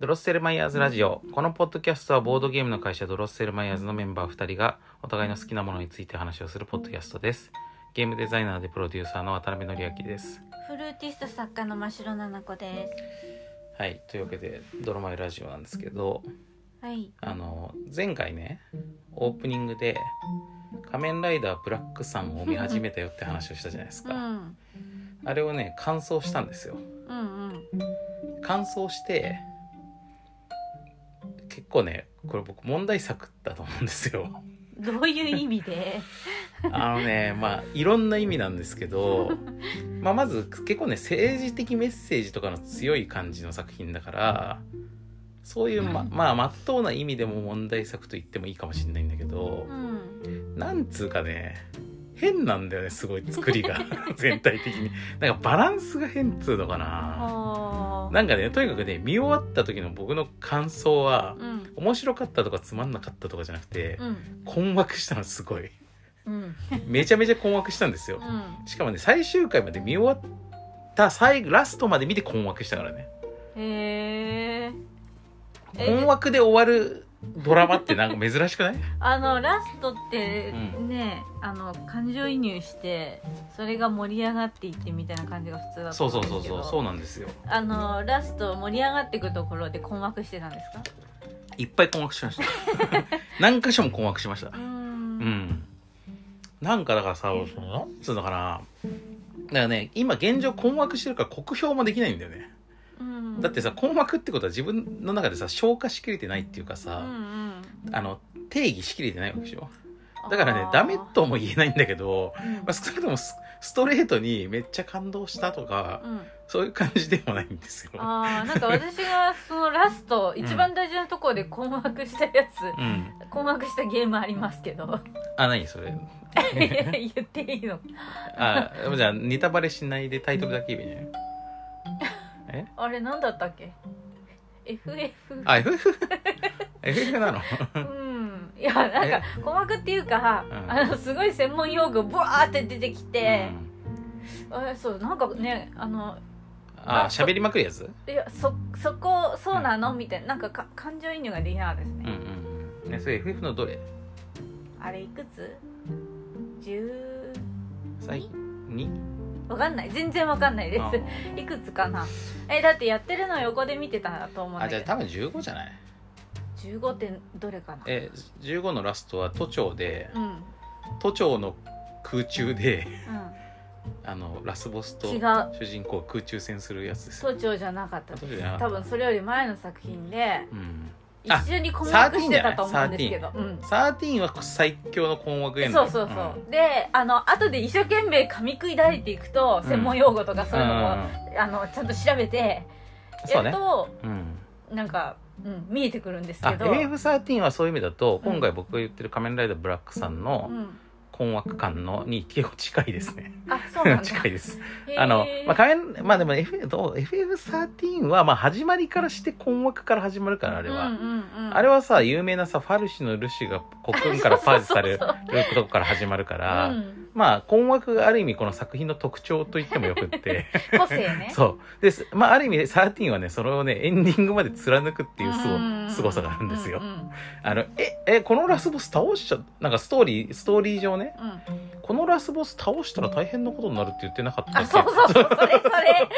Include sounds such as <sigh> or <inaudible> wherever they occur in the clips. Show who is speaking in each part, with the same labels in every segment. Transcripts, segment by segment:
Speaker 1: ドロッセルマイヤーズラジオ。このポッドキャストはボードゲームの会社ドロッセルマイヤーズのメンバー2人がお互いの好きなものについて話をするポッドキャストです。ゲームデザイナーでプロデューサーの渡辺則明です。
Speaker 2: フルーティスト作家の真白なな子です。
Speaker 1: はい。というわけで、ドロマイラジオなんですけど、
Speaker 2: はい。
Speaker 1: あの、前回ね、オープニングで、仮面ライダーブラックさんを見始めたよって話をしたじゃないです
Speaker 2: うん、う
Speaker 1: か。
Speaker 2: ん
Speaker 1: あれをね、感想したんですよ。
Speaker 2: うん
Speaker 1: 感想して、結構ね、これ僕問題作だと思うんですよ。
Speaker 2: どういう意味で
Speaker 1: あのねまあいろんな意味なんですけど、まあ、まず結構ね政治的メッセージとかの強い感じの作品だからそういうま
Speaker 2: うん
Speaker 1: まあ真っ当な意味でも問題作と言ってもいいかもしれないんだけど
Speaker 2: うん
Speaker 1: なんつうかね変なんだよねすごい作りが全体的になんかバランスが変っつうのかな
Speaker 2: ほ
Speaker 1: なんかねとにかくね見終わった時の僕の感想は
Speaker 2: ううん
Speaker 1: 面白かったとかつまんなかったとかじゃなくて
Speaker 2: うん
Speaker 1: 困惑したのすごい
Speaker 2: うん
Speaker 1: めちゃめちゃ困惑したんですよ
Speaker 2: うん
Speaker 1: しかもね最終回まで見終わった最後ラストまで見て困惑したからね
Speaker 2: へええ
Speaker 1: 困惑で終わるドラマってなんか珍しくない
Speaker 2: あのラストって
Speaker 1: う
Speaker 2: ね、あの感情移入してそれが盛り上がっていってみたいな感じが普通だと
Speaker 1: <laughs> そうそ
Speaker 2: 思
Speaker 1: う
Speaker 2: んです
Speaker 1: そう
Speaker 2: け
Speaker 1: そ
Speaker 2: ど
Speaker 1: うそうなんですよ
Speaker 2: あのラスト盛り上がっていくところで困惑してたんですか
Speaker 1: いっぱい困惑しました <laughs> 何箇所も困惑しました
Speaker 2: うー
Speaker 1: うんんなんかだからさそのなんつうのかなだからね今現状困惑してるから酷評もできないんだよね
Speaker 2: うん
Speaker 1: だってさ困惑ってことは自分の中でさ消化しきれてないっていうか
Speaker 2: うんう
Speaker 1: さ、
Speaker 2: ん
Speaker 1: あの定義しきれてないわけでしょだからねダメとも言えないんだけど
Speaker 2: うん
Speaker 1: まあ、少なくともスストレートにめっちゃ感動したとか、
Speaker 2: うん
Speaker 1: そういう感じでもないんですよ。
Speaker 2: あーなんか私がそのラスト一番大事なところで困惑したやつ、
Speaker 1: うん。
Speaker 2: 困惑したゲームありますけど
Speaker 1: あ、何
Speaker 2: <laughs>
Speaker 1: それ。
Speaker 2: 言っていいの
Speaker 1: あ、じゃあネタバレしないでタイトルだけ言えばいいんじ
Speaker 2: あれ何だったっけ FF
Speaker 1: ゃないあ、FF? FF なの
Speaker 2: うんいやなんか困惑っていうか、
Speaker 1: うん
Speaker 2: あのすごい専門用語ブワーって出てきて
Speaker 1: う、ん
Speaker 2: あそうなんかねあの
Speaker 1: あ、
Speaker 2: あそ
Speaker 1: 喋りまくるやつ
Speaker 2: いやそそこそうなのみたいななんかか感情移入ができなかったです
Speaker 1: うんう
Speaker 2: ね、
Speaker 1: んうん。ね、それ FF のどれ
Speaker 2: あれいくつ ?10
Speaker 1: 最に
Speaker 2: わかんない全然わかんないです
Speaker 1: あ
Speaker 2: いくつかなえだってやってるの横で見てたと思うん
Speaker 1: あ、
Speaker 2: だ
Speaker 1: じゃあ
Speaker 2: けど
Speaker 1: 多分15じゃない
Speaker 2: 15点どれかな
Speaker 1: え、15のラストは都庁で、
Speaker 2: うんうん
Speaker 1: 都庁の空中で、あの、ラスボスと
Speaker 2: 違う
Speaker 1: 主人公空中戦するやつですよ。
Speaker 2: 都庁じゃなかった
Speaker 1: あ都庁じゃなか
Speaker 2: 多
Speaker 1: った
Speaker 2: 分それより前の作品で
Speaker 1: うん。あ
Speaker 2: 一緒に困惑してたと思うんですけど、うん、
Speaker 1: 13は最強の困惑へ
Speaker 2: そうそうそう、であの後で一生懸命噛み砕いていくと
Speaker 1: うん
Speaker 2: 専門用語とか
Speaker 1: ん
Speaker 2: そういうのも、あのちゃんと調べて
Speaker 1: そ
Speaker 2: や
Speaker 1: う
Speaker 2: る
Speaker 1: ね、
Speaker 2: と、
Speaker 1: うん、
Speaker 2: なんか、うん、見えてくるんです
Speaker 1: あ
Speaker 2: けど、う
Speaker 1: AF13 はそういう意味だと
Speaker 2: うん
Speaker 1: 今回僕が言ってる「仮面ライダーブラック」さんの
Speaker 2: ん、
Speaker 1: 困惑感のに結構近いですね
Speaker 2: あそうなんだ
Speaker 1: <laughs> 近いです
Speaker 2: へー
Speaker 1: あの、まあ、仮面まあでも F どう FF13 はまあ始まりからして困惑から始まるからあれは、
Speaker 2: うんうんうん、
Speaker 1: あれはさ有名なさファルシのルシが国軍からパージされる
Speaker 2: <laughs> そうそう
Speaker 1: とこから始まるから、
Speaker 2: うん、
Speaker 1: まあ困惑がある意味この作品の特徴と言ってもよくって
Speaker 2: 個性ね
Speaker 1: <laughs> そう。です。まあ、ある意味、13はね、それをね、エンディングまで貫くっていうす
Speaker 2: うんうんう
Speaker 1: ご、
Speaker 2: ん
Speaker 1: 凄さがあるんですよ
Speaker 2: う。ん
Speaker 1: あの、え、え、このラスボス倒しちゃ、なんかストーリー、ストーリー上ね、
Speaker 2: うんうん
Speaker 1: このラスボス倒したら大変なことになるって言ってなかった
Speaker 2: あ
Speaker 1: っけ
Speaker 2: そうそうそうそれそれ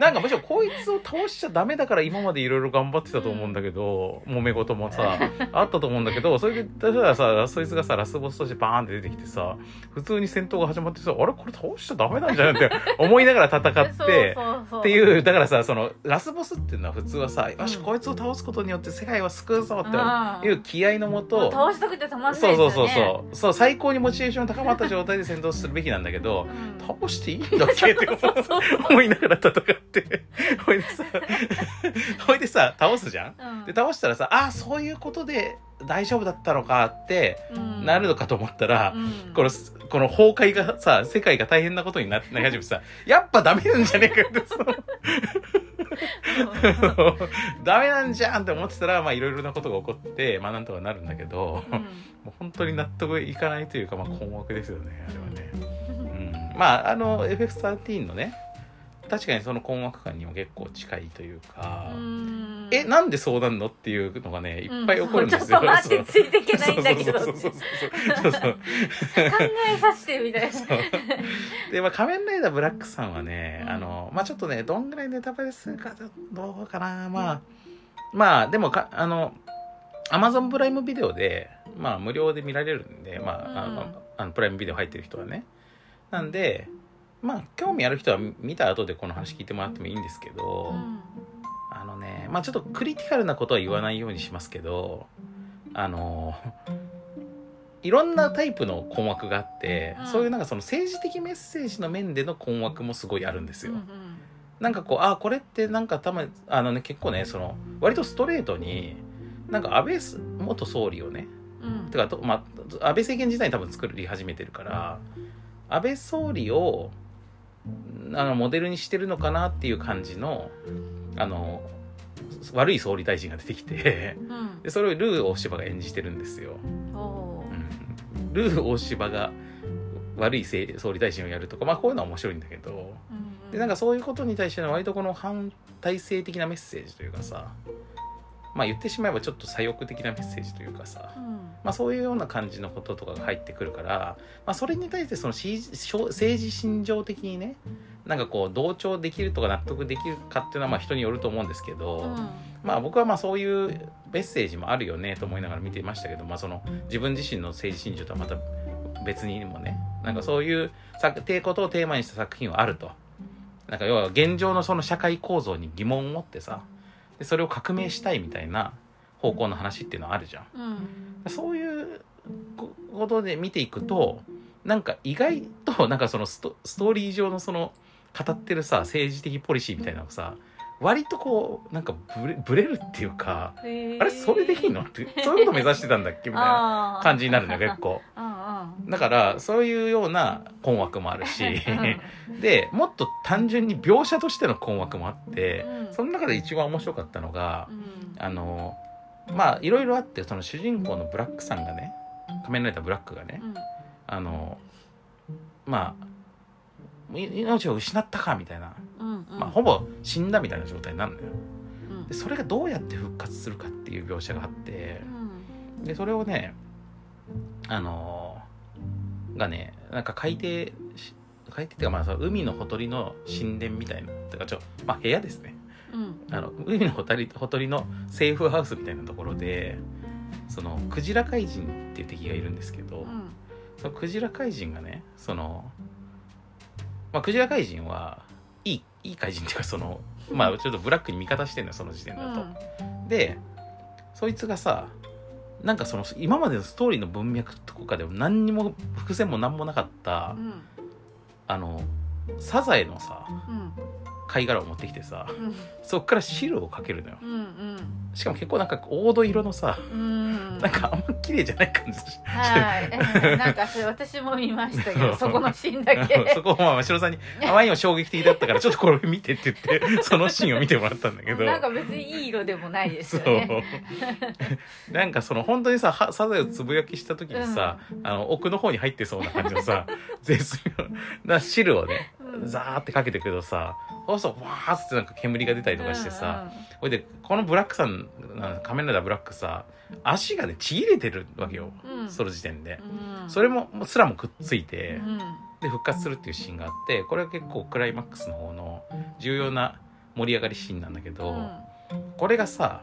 Speaker 1: なんかむしろこいつを倒しちゃダメだから今までいろいろ頑張ってたと思うんだけど、揉め事も
Speaker 2: <laughs>
Speaker 1: さ、あったと思うんだけど、それで、たださ、そいつがさ、ラスボスとしてバーンって出てきてさ、普通に戦闘が始まってさ、あれこれ倒しちゃダメなんじゃないって思いながら戦って、
Speaker 2: そうそうそう
Speaker 1: って
Speaker 2: う
Speaker 1: いうだからさそのラスボスっていうのは普通はさ、よし
Speaker 2: うん
Speaker 1: こいつを倒すことによって世界は救うぞっ
Speaker 2: あ
Speaker 1: て
Speaker 2: ー
Speaker 1: いう気合のもと、
Speaker 2: 倒したくてたまんないで
Speaker 1: そ
Speaker 2: す
Speaker 1: う
Speaker 2: よね
Speaker 1: そうそうそうそう最高にモチベーション高まった状態で戦闘するべきなんだけど
Speaker 2: うん
Speaker 1: 倒していいんだっけって思う
Speaker 2: そうそうそう
Speaker 1: 思いながら戦って <laughs> ほいでさ <laughs> ほいでさ倒すじゃん
Speaker 2: うん
Speaker 1: で倒したらさああそういうことで大丈夫だったのかって
Speaker 2: うん
Speaker 1: なるのかと思ったら、
Speaker 2: うん
Speaker 1: このこの崩壊がさ世界が大変なことになって中島さやっぱダメなんじゃねえかってそう
Speaker 2: う
Speaker 1: ダメなんじゃんって思ってたらまあいろいろなことが起こってまあなんとかなるんだけど、
Speaker 2: ん
Speaker 1: もう本当に納得いかないというかまあ困惑ですよねあれはね、うん、まああの FF13 のね確かにその困惑感にも結構近いというか、
Speaker 2: うん
Speaker 1: <laughs> えなんでそうなんのっていうのがねいっぱい起こるんですよ、
Speaker 2: うん、ちょっと待ってついていけないんだけど
Speaker 1: そうそうそうそうそうそう
Speaker 2: 考えさせてみたいな
Speaker 1: そうで、まあ、仮面ライダーブラックさんはね、
Speaker 2: うん
Speaker 1: あの、まあ、ちょっとね、どんぐらいネタバレするかどうかな、まあ、まあ、でもか、あの、アマゾンプライムビデオで、まあ、無料で見られるんで、まあ、あの、
Speaker 2: うん
Speaker 1: あのプライムビデオ入ってる人はね。なんで、まあ、興味ある人は見た後でこの話聞いてもらってもいいんですけど、
Speaker 2: うん
Speaker 1: あのね、まあちょっとクリティカルなことは言わないようにしますけど、あの、いろんなタイプの困惑があって、
Speaker 2: うん
Speaker 1: そういうなんかその政治的メッセージの面での困惑もすごいあるんですよ。
Speaker 2: うんうん
Speaker 1: なんかこう、あ、これってなんかたま、あのね、結構ね、その、割とストレートに、なんか安倍す元総理をね、
Speaker 2: うん
Speaker 1: てかと、まあ、安倍政権時代に多分作り始めてるから安倍総理をあのモデルにしてるのかなっていう感じのあの悪い総理大臣が出てきて
Speaker 2: うん
Speaker 1: でそれをルー大柴が演じてるんですよ。
Speaker 2: おー
Speaker 1: うん、ルー大柴が悪いせい総理大臣をやるとか、まあ、こういうのは面白いんだけど
Speaker 2: うん
Speaker 1: でなんかそういうことに対しての割とこの反体制的なメッセージというかさまあ言ってしまえばちょっと左翼的なメッセージというかさ、
Speaker 2: うん
Speaker 1: まあ、そういうような感じのこととかが入ってくるから、まあ、それに対してそのし政治信条的にねなんかこう同調できるとか納得できるかっていうのはまあ人によると思うんですけど、
Speaker 2: うん
Speaker 1: まあ、僕はまあそういうメッセージもあるよねと思いながら見てましたけど、まあ、その自分自身の政治信条とはまた別にもねなんかそういう作ってことをテーマにした作品はあると。なんか要は現状のその社会構造に疑問を持ってさでそれを革命したいみたいな方向の話っていうのはあるじゃん。
Speaker 2: うん
Speaker 1: そういうこことで見ていくとなんか意外と <laughs> なんかそのストストーリー上のその語ってるさ政治的ポリシーみたいなのがさ割とこうなんかブレブレるっていうか
Speaker 2: へー
Speaker 1: あれそれでいいのってそういうこと目指してたんだっけみたいな
Speaker 2: あー
Speaker 1: 感じになるのよ結構
Speaker 2: うんうん
Speaker 1: だからそういうような困惑もあるし
Speaker 2: う
Speaker 1: <laughs> でもっと単純に描写としての困惑もあって
Speaker 2: うん
Speaker 1: その中で一番面白かったのが
Speaker 2: んうん
Speaker 1: あのまあいろいろあってその主人公のブラックさんがね仮面ライダーブラックがね
Speaker 2: うん
Speaker 1: あのまあい命を失ったかみたいな、
Speaker 2: うんうん
Speaker 1: まあ、ほぼ死んだみたいな状態になるのよ
Speaker 2: うん
Speaker 1: でそれがどうやって復活するかっていう描写があってでそれをねあのがねなんか海底し海底っていうかまあその海のほとりの神殿みたいなてかちょまあ部屋ですね
Speaker 2: うん
Speaker 1: あの海のほたりほとりのセーフハウスみたいなところでそのクジラ怪人っていう敵がいるんですけど、
Speaker 2: うん
Speaker 1: そのクジラ怪人がねその、まあ、クジラ怪人はいいいい怪人っていうかそのまあちょっとブラックに味方してんのよその時点だと。でそいつがさなんかその今までのストーリーの文脈とかでも何にも伏線も何もなかった
Speaker 2: うんうん
Speaker 1: あのサザエのさ
Speaker 2: うん
Speaker 1: 貝殻を持ってきてさ
Speaker 2: うん
Speaker 1: そっから汁をかけるのよ。
Speaker 2: うん
Speaker 1: しかも結構なんか黄土色のさ
Speaker 2: うんうん
Speaker 1: なんかあんま綺麗じゃない感じし
Speaker 2: はいなんかそれ私も見ましたけどそこのシーンだ
Speaker 1: あの
Speaker 2: け
Speaker 1: <laughs> そこをまあましろさんにあまりにも衝撃的だ
Speaker 2: <laughs>
Speaker 1: ったからちょっとこれ見てって言ってそのシーンを見てもらったんだけど
Speaker 2: なんか別にいい色でもないです
Speaker 1: そ
Speaker 2: よね
Speaker 1: う <laughs> なんかその本当にさはサザエをつぶやきした時にさ、あの奥の方に入ってそうな感じの
Speaker 2: <laughs>
Speaker 1: さ絶妙な汁をね
Speaker 2: うん
Speaker 1: ザーってかけてくけどさそうするとわーってなんか煙が出たりとかしてさ、ほいでこのブラックさんあの仮面ライダーブラックさ足がねちぎれてるわけよ、
Speaker 2: うんうん
Speaker 1: その時点で。
Speaker 2: うん
Speaker 1: それももうすらもくっついうて
Speaker 2: ん
Speaker 1: で復活するっていうシーンがあってこれは結構クライマックスの方の重要な盛り上がりシーンなんだけど、これがさ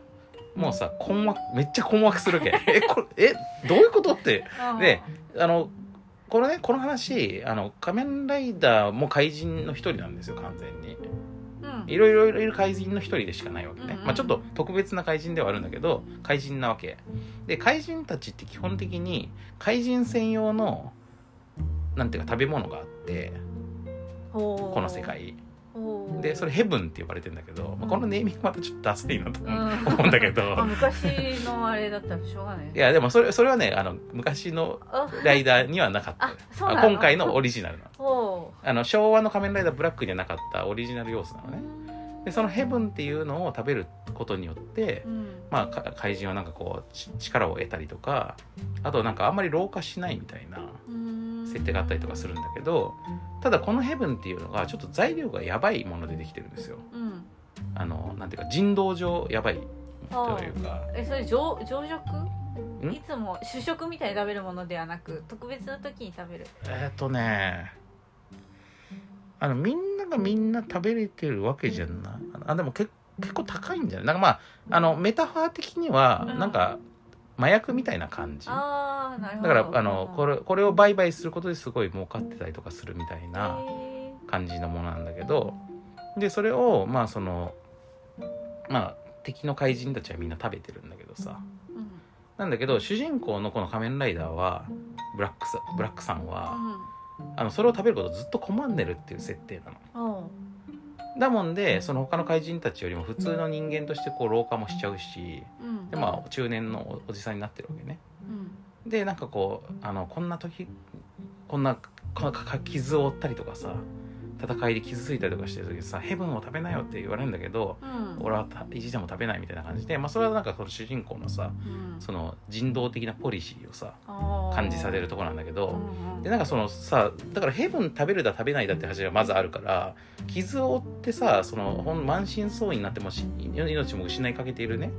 Speaker 1: もうさ困惑めっちゃ困惑するわけ <laughs> えこれえどういうことって
Speaker 2: うん
Speaker 1: であのこのねこの話あの仮面ライダーも怪人の一人なんですよ完全に
Speaker 2: うん
Speaker 1: いろいろいろいる怪人の一人でしかないわけね、
Speaker 2: うんうん
Speaker 1: まあ、ちょっと特別な怪人ではあるんだけど怪人なわけで怪人たちって基本的に怪人専用のなんていうか食べ物があって
Speaker 2: ほう
Speaker 1: この世界
Speaker 2: ほう
Speaker 1: でそれヘブンって呼ばれてんだけど、まあ、このネーミングまたちょっとダサいなと
Speaker 2: う
Speaker 1: 思う、
Speaker 2: ん
Speaker 1: 思うんだけど
Speaker 2: あ昔のあれだったらしょうがない
Speaker 1: いやでもそれそれはねあの昔の
Speaker 2: あ
Speaker 1: ライダーにはなかった
Speaker 2: あそうな
Speaker 1: あ
Speaker 2: の
Speaker 1: 今回のオリジナルなの
Speaker 2: ほ
Speaker 1: あの昭和の仮面ライダーブラックにはなかったオリジナル要素な
Speaker 2: う
Speaker 1: のねでそのヘブンっていうのを食べることによって
Speaker 2: うん
Speaker 1: まあ、か怪人はなんかこうち力を得たりとかあとなんかあんまり老化しないみたいな
Speaker 2: うん
Speaker 1: 設定があったりとかするんだけどただこのヘブンっていうのがちょっと材料がやばいものでできてるんですよ
Speaker 2: うん
Speaker 1: あのなんていうか人道上やばいというか
Speaker 2: えそれ常常食
Speaker 1: ん
Speaker 2: いつも主食みたいに食べるものではなく特別な時に食べる
Speaker 1: えっ、とねあのみんながみんな食べれてるわけじゃないあでも結結構高いんじゃないなんかまああのメタファー的には
Speaker 2: うん
Speaker 1: なんか麻薬みたいな感じだ
Speaker 2: ああなるほ
Speaker 1: か
Speaker 2: ど
Speaker 1: らあのこ
Speaker 2: れ
Speaker 1: れこれを売買することですごい儲かってたりとかするみたいな。
Speaker 2: え
Speaker 1: 感じのものなんだけどでそれをまあそのまあ敵の怪人たちはみんな食べてるんだけどさ
Speaker 2: ーうん
Speaker 1: なんだけど主人公のこの仮面ライダーはブラックさブラックさんはあのそれを食べることをずっと拒んでるっていう設定なの。
Speaker 2: うんおう
Speaker 1: だもんでその他の怪人たちよりも普通の人間としてこう老化もしちゃうし
Speaker 2: うん
Speaker 1: でまあ中年のおおじさんになってるわけね。
Speaker 2: うん
Speaker 1: でなんかこうあのこんな時こんなかか傷を負ったりとかさ戦いで傷ついたりとかしてる時にさ「ヘブンを食べなよ」って言われるんだけど
Speaker 2: うん
Speaker 1: 俺はた意地でも食べないみたいな感じで、まあ、それはなんかその主人公のさ
Speaker 2: うん
Speaker 1: その人道的なポリシーをさ
Speaker 2: あー
Speaker 1: 感じされるところなんだけ
Speaker 2: う
Speaker 1: ど
Speaker 2: んうん
Speaker 1: でなんかそのさだからヘブン食べるだ食べないだって話がまずあるから傷を負ってさそのほん満身創痍になってもし命も失いかけているね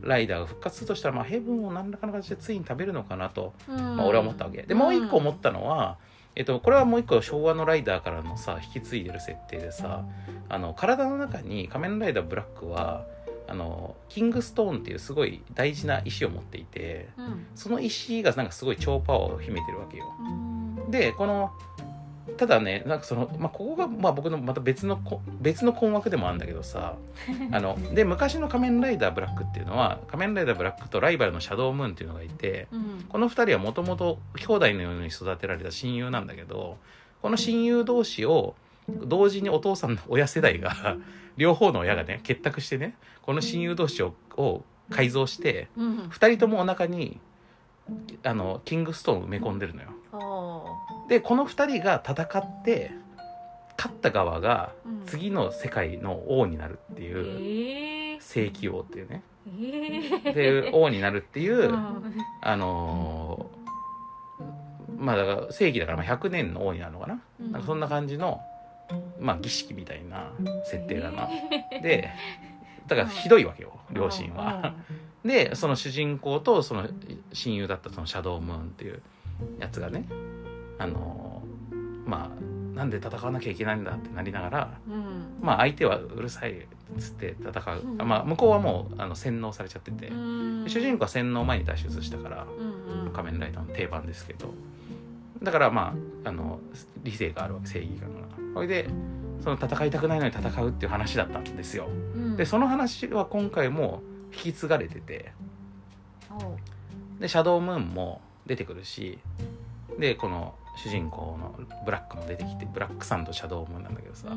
Speaker 1: ライダーが復活するとしたら、まあ、ヘブンを何らかの形でついに食べるのかなと。
Speaker 2: うん
Speaker 1: まあ、俺は思ったわけでもう一個思ったのは、えっと、これはもう一個昭和のライダーからのさ引き継いでる設定でさあの体の中に仮面ライダーブラックはあのキングストーンっていうすごい大事な石を持っていて
Speaker 2: うんうん
Speaker 1: その石がなんかすごい超パワーを秘めてるわけよ。
Speaker 2: うん
Speaker 1: でこのただねなんかその、まあ、ここが、まあ、僕のまた別のこ別の困惑でもあるんだけど
Speaker 2: <laughs>
Speaker 1: さあので昔の仮面ライダーブラックっていうのは仮面ライダーブラックとライバルのシャドームーンっていうのがいて、
Speaker 2: うん
Speaker 1: この2人はもともと兄弟のように育てられた親友なんだけどこの親友同士を同時にお父さんの親世代が両方の親がね結託してねこの親友同士をを改造して
Speaker 2: うん
Speaker 1: 2人ともお腹にあのキングストーンを埋め込んでるのよ。
Speaker 2: おー
Speaker 1: でこの2人が戦って勝った側が
Speaker 2: うん
Speaker 1: 次の世界の王になるって
Speaker 2: え
Speaker 1: いう
Speaker 2: ー
Speaker 1: 正規王っていうね
Speaker 2: えー
Speaker 1: っていう王になるっていう
Speaker 2: う。ん
Speaker 1: あのーまあだから正規だからまあ100年の王になるのかな,、
Speaker 2: うん
Speaker 1: なんかそんな感じの、まあ、儀式みたいな設定だな、でだからひどいわけよ両親は、でその主人公とその親友だったそのシャドームーンっていうやつがねあのーまあなんで戦わなきゃいけないんだってなりながら
Speaker 2: うんうん
Speaker 1: まあ相手はうるさいっつって戦う、
Speaker 2: うん
Speaker 1: まあ向こうはもうあの洗脳されちゃってて、
Speaker 2: うん
Speaker 1: 主人公は洗脳前に脱出したから、
Speaker 2: うんうん
Speaker 1: 仮面ライダーの定番ですけどだからまああの理性があるわけ正義感がそれでその戦いたくないのに戦うっていう話だったんですよ
Speaker 2: うん
Speaker 1: でその話は今回も引き継がれてて
Speaker 2: おう
Speaker 1: でシャドームーンも出てくるしでこの主人公のブラックも出てきてブラックサンドシャドームーンなんだけどさ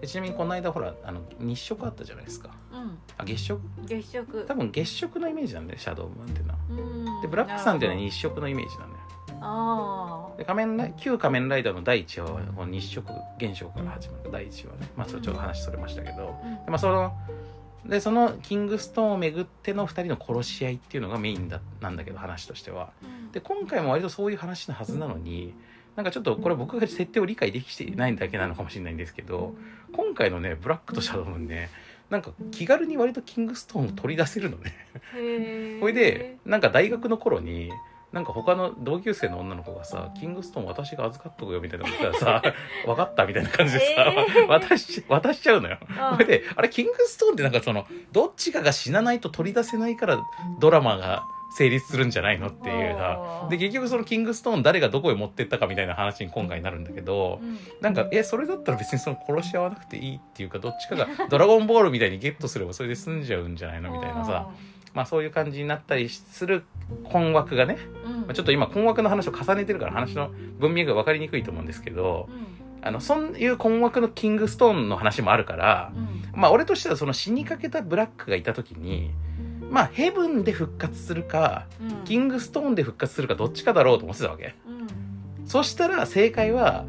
Speaker 1: でちなみにこの間ほらあの日食あったじゃないですか
Speaker 2: うん
Speaker 1: あ月食
Speaker 2: うん月食
Speaker 1: 多分月食のイメージなんだよシャドームーンっていうのは
Speaker 2: うん
Speaker 1: でブラックさんっていうのは
Speaker 2: なる
Speaker 1: 日食のイメージなんだよ
Speaker 2: ほどあ
Speaker 1: で仮面ライ旧仮面ライダーの第1話はこの日食現象から始まる第1話ね、まあ、それちょっと話それましたけど、
Speaker 2: あ
Speaker 1: でまあ、そのでそのキングストーンをめぐっての2人の殺し合いっていうのがメインだなんだけど話としてはで今回も割とそういう話のはずなのになんかちょっとこれ僕が設定を理解できていないだけなのかもしれないんですけど今回のねブラックとシャドウもねなんか気軽に割とキングストーンを取り出せるのね
Speaker 2: へえ
Speaker 1: ほいでなんか大学の頃になんか他の同級生の女の子がさ「キングストーン私が預かっとくよ」みたいなこと言った
Speaker 2: <laughs>
Speaker 1: らさ「分かった」みたいな感じでさ、
Speaker 2: えー
Speaker 1: 渡し渡しちゃうのよ。
Speaker 2: あ
Speaker 1: ほいであれキングストーンってなんかそのどっちかが死なないと取り出せないからドラマが成立するんじゃないのっていうさ。
Speaker 2: あー
Speaker 1: で結局そのキングストーン誰がどこへ持ってったかみたいな話に今回なるんだけど
Speaker 2: うん
Speaker 1: なんかえそれだったら別にその殺し合わなくていいっていうかどっちかが「ドラゴンボール」みたいにゲットすればそれで済んじゃうんじゃないのみたいなさまあそういう感じになったりする困惑がね、
Speaker 2: うん
Speaker 1: まあ、ちょっと今困惑の話を重ねてるから話の文脈が分かりにくいと思うんですけど
Speaker 2: うん
Speaker 1: あのそういう困惑のキングストーンの話もあるから、
Speaker 2: うん
Speaker 1: まあ俺としてはその死にかけたブラックがいた時にまあヘブンで復活するか
Speaker 2: うん
Speaker 1: キングストーンで復活するかどっちかだろうと思ってたわけ
Speaker 2: うん
Speaker 1: そしたら正解は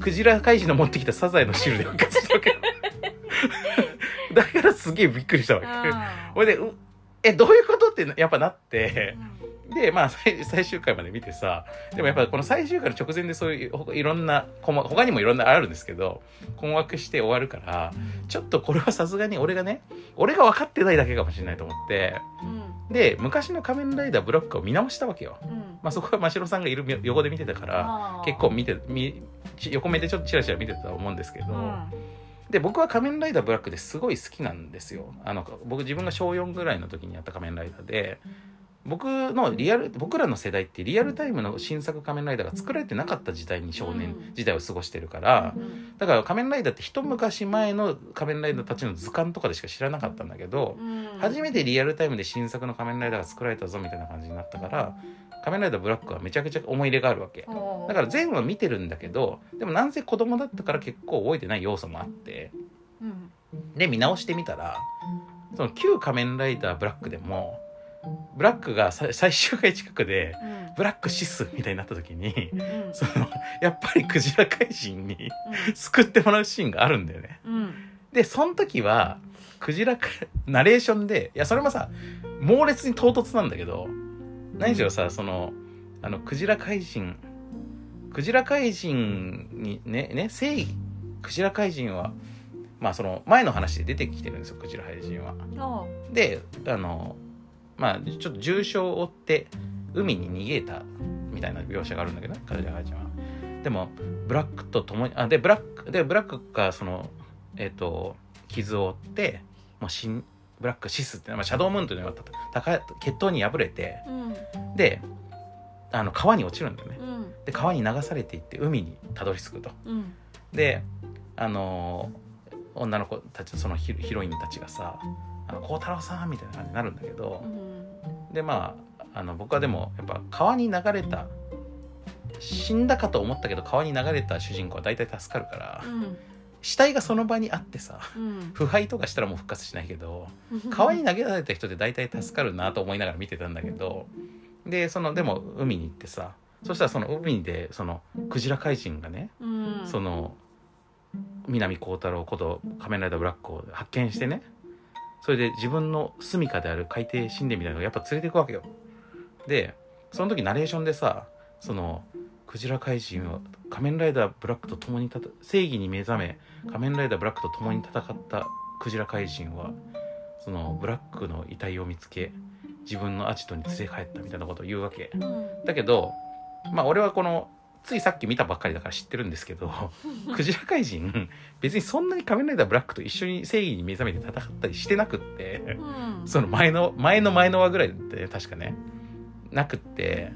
Speaker 1: クジラ怪人の持ってきたサザエの汁で復活したわけだからすげえびっくりしたわけ
Speaker 2: あー
Speaker 1: ほいで、うえ、どういうことってやっぱなって、
Speaker 2: うん
Speaker 1: で、まあ、最最終回まで見てさでもやっぱこの最終回の直前でそういうほいろんなこま他にもいろんなあるんですけど困惑して終わるからちょっとこれはさすがに俺がね俺が分かってないだけかもしれないと思って
Speaker 2: うん
Speaker 1: で昔の「仮面ライダーブラック」を見直したわけよ。
Speaker 2: うん
Speaker 1: まあ、そこは真城さんがいるみ横で見てたから
Speaker 2: あー
Speaker 1: 結構見てみち横目でちょっとチラチラ見てたと思うんですけど、
Speaker 2: うん
Speaker 1: で僕は「仮面ライダーブラック」ですごい好きなんですよあの僕自分が小4ぐらいの時にやった「仮面ライダーで」僕のリアル僕らの世代ってリアルタイムの新作「仮面ライダー」が作られてなかった時代に少年
Speaker 2: うん
Speaker 1: 時代を過ごしてるからだから「仮面ライダー」って一昔前の仮面ライダーたちの図鑑とかでしか知らなかったんだけど
Speaker 2: うん
Speaker 1: 初めてリアルタイムで新作の「仮面ライダー」が作られたぞみたいな感じになったから「仮面ライダーブラック」はめちゃくちゃ思い入れがあるわけ。だから全部は見てるんだけどでもなんせ子供だったから結構覚えてない要素もあって
Speaker 2: うん
Speaker 1: で見直してみたらその旧仮面ライダーブラックでもブラックがさ最終回近くで
Speaker 2: うん
Speaker 1: ブラック指数みたいになった時に
Speaker 2: うん
Speaker 1: そのやっぱりクジラ怪人に救ってもらうシーンがあるんだよね。
Speaker 2: うん
Speaker 1: でその時はクジラかナレーションでいやそれもさ猛烈に唐突なんだけど何しろさそのあのクジラ怪人クジラ怪人にねね正義クジラ怪人はまあその前の話で出てきてるんですよクジラ怪人は。
Speaker 2: あ
Speaker 1: であのまあちょっと重傷を負って海に逃げたみたいな描写があるんだけどね彼女はでもブラックと共にあでブラックでブラックがそのえっ、と傷を負ってもう死んブラックシスって、まあ、シャドウムーンというのが高い血統に敗れて
Speaker 2: うん
Speaker 1: であの川に落ちるんだよね
Speaker 2: うん
Speaker 1: で川に流されていって海にたどり着くと
Speaker 2: うん
Speaker 1: であのー女の子たちそのヒロヒロインたちがさ「あの孝太郎さん」みたいな感じになるんだけどでまああの僕はでもやっぱ川に流れた死んだかと思ったけど川に流れた主人公は大体助かるから
Speaker 2: うん
Speaker 1: 死体がその場にあってさ
Speaker 2: うん
Speaker 1: 腐敗とかしたらもう復活しないけど
Speaker 2: うん
Speaker 1: 川に投げられた人って大体助かるなと思いながら見てたんだけどでそのでも海に行ってさそしたらその海でそのクジラ怪人がね
Speaker 2: うん
Speaker 1: その南光太郎こと仮面ライダーブラックを発見してねそれで自分の住処である海底神殿みたいなのをやっぱ連れていくわけよでその時ナレーションでさそのクジラ怪人は仮面ライダーブラックと共に戦正義に目覚め仮面ライダーブラックと共に戦ったクジラ怪人はそのブラックの遺体を見つけ自分のアジトに連れ帰ったみたいなことを言うわけ
Speaker 2: うん
Speaker 1: だけどまあ俺はこのついさっき見たばっかりだから知ってるんですけどクジラ怪人別にそんなに仮面ライダーブラックと一緒に正義に目覚めて戦ったりしてなくって
Speaker 2: うん
Speaker 1: その前の前の前の話ぐらいで確かねなくって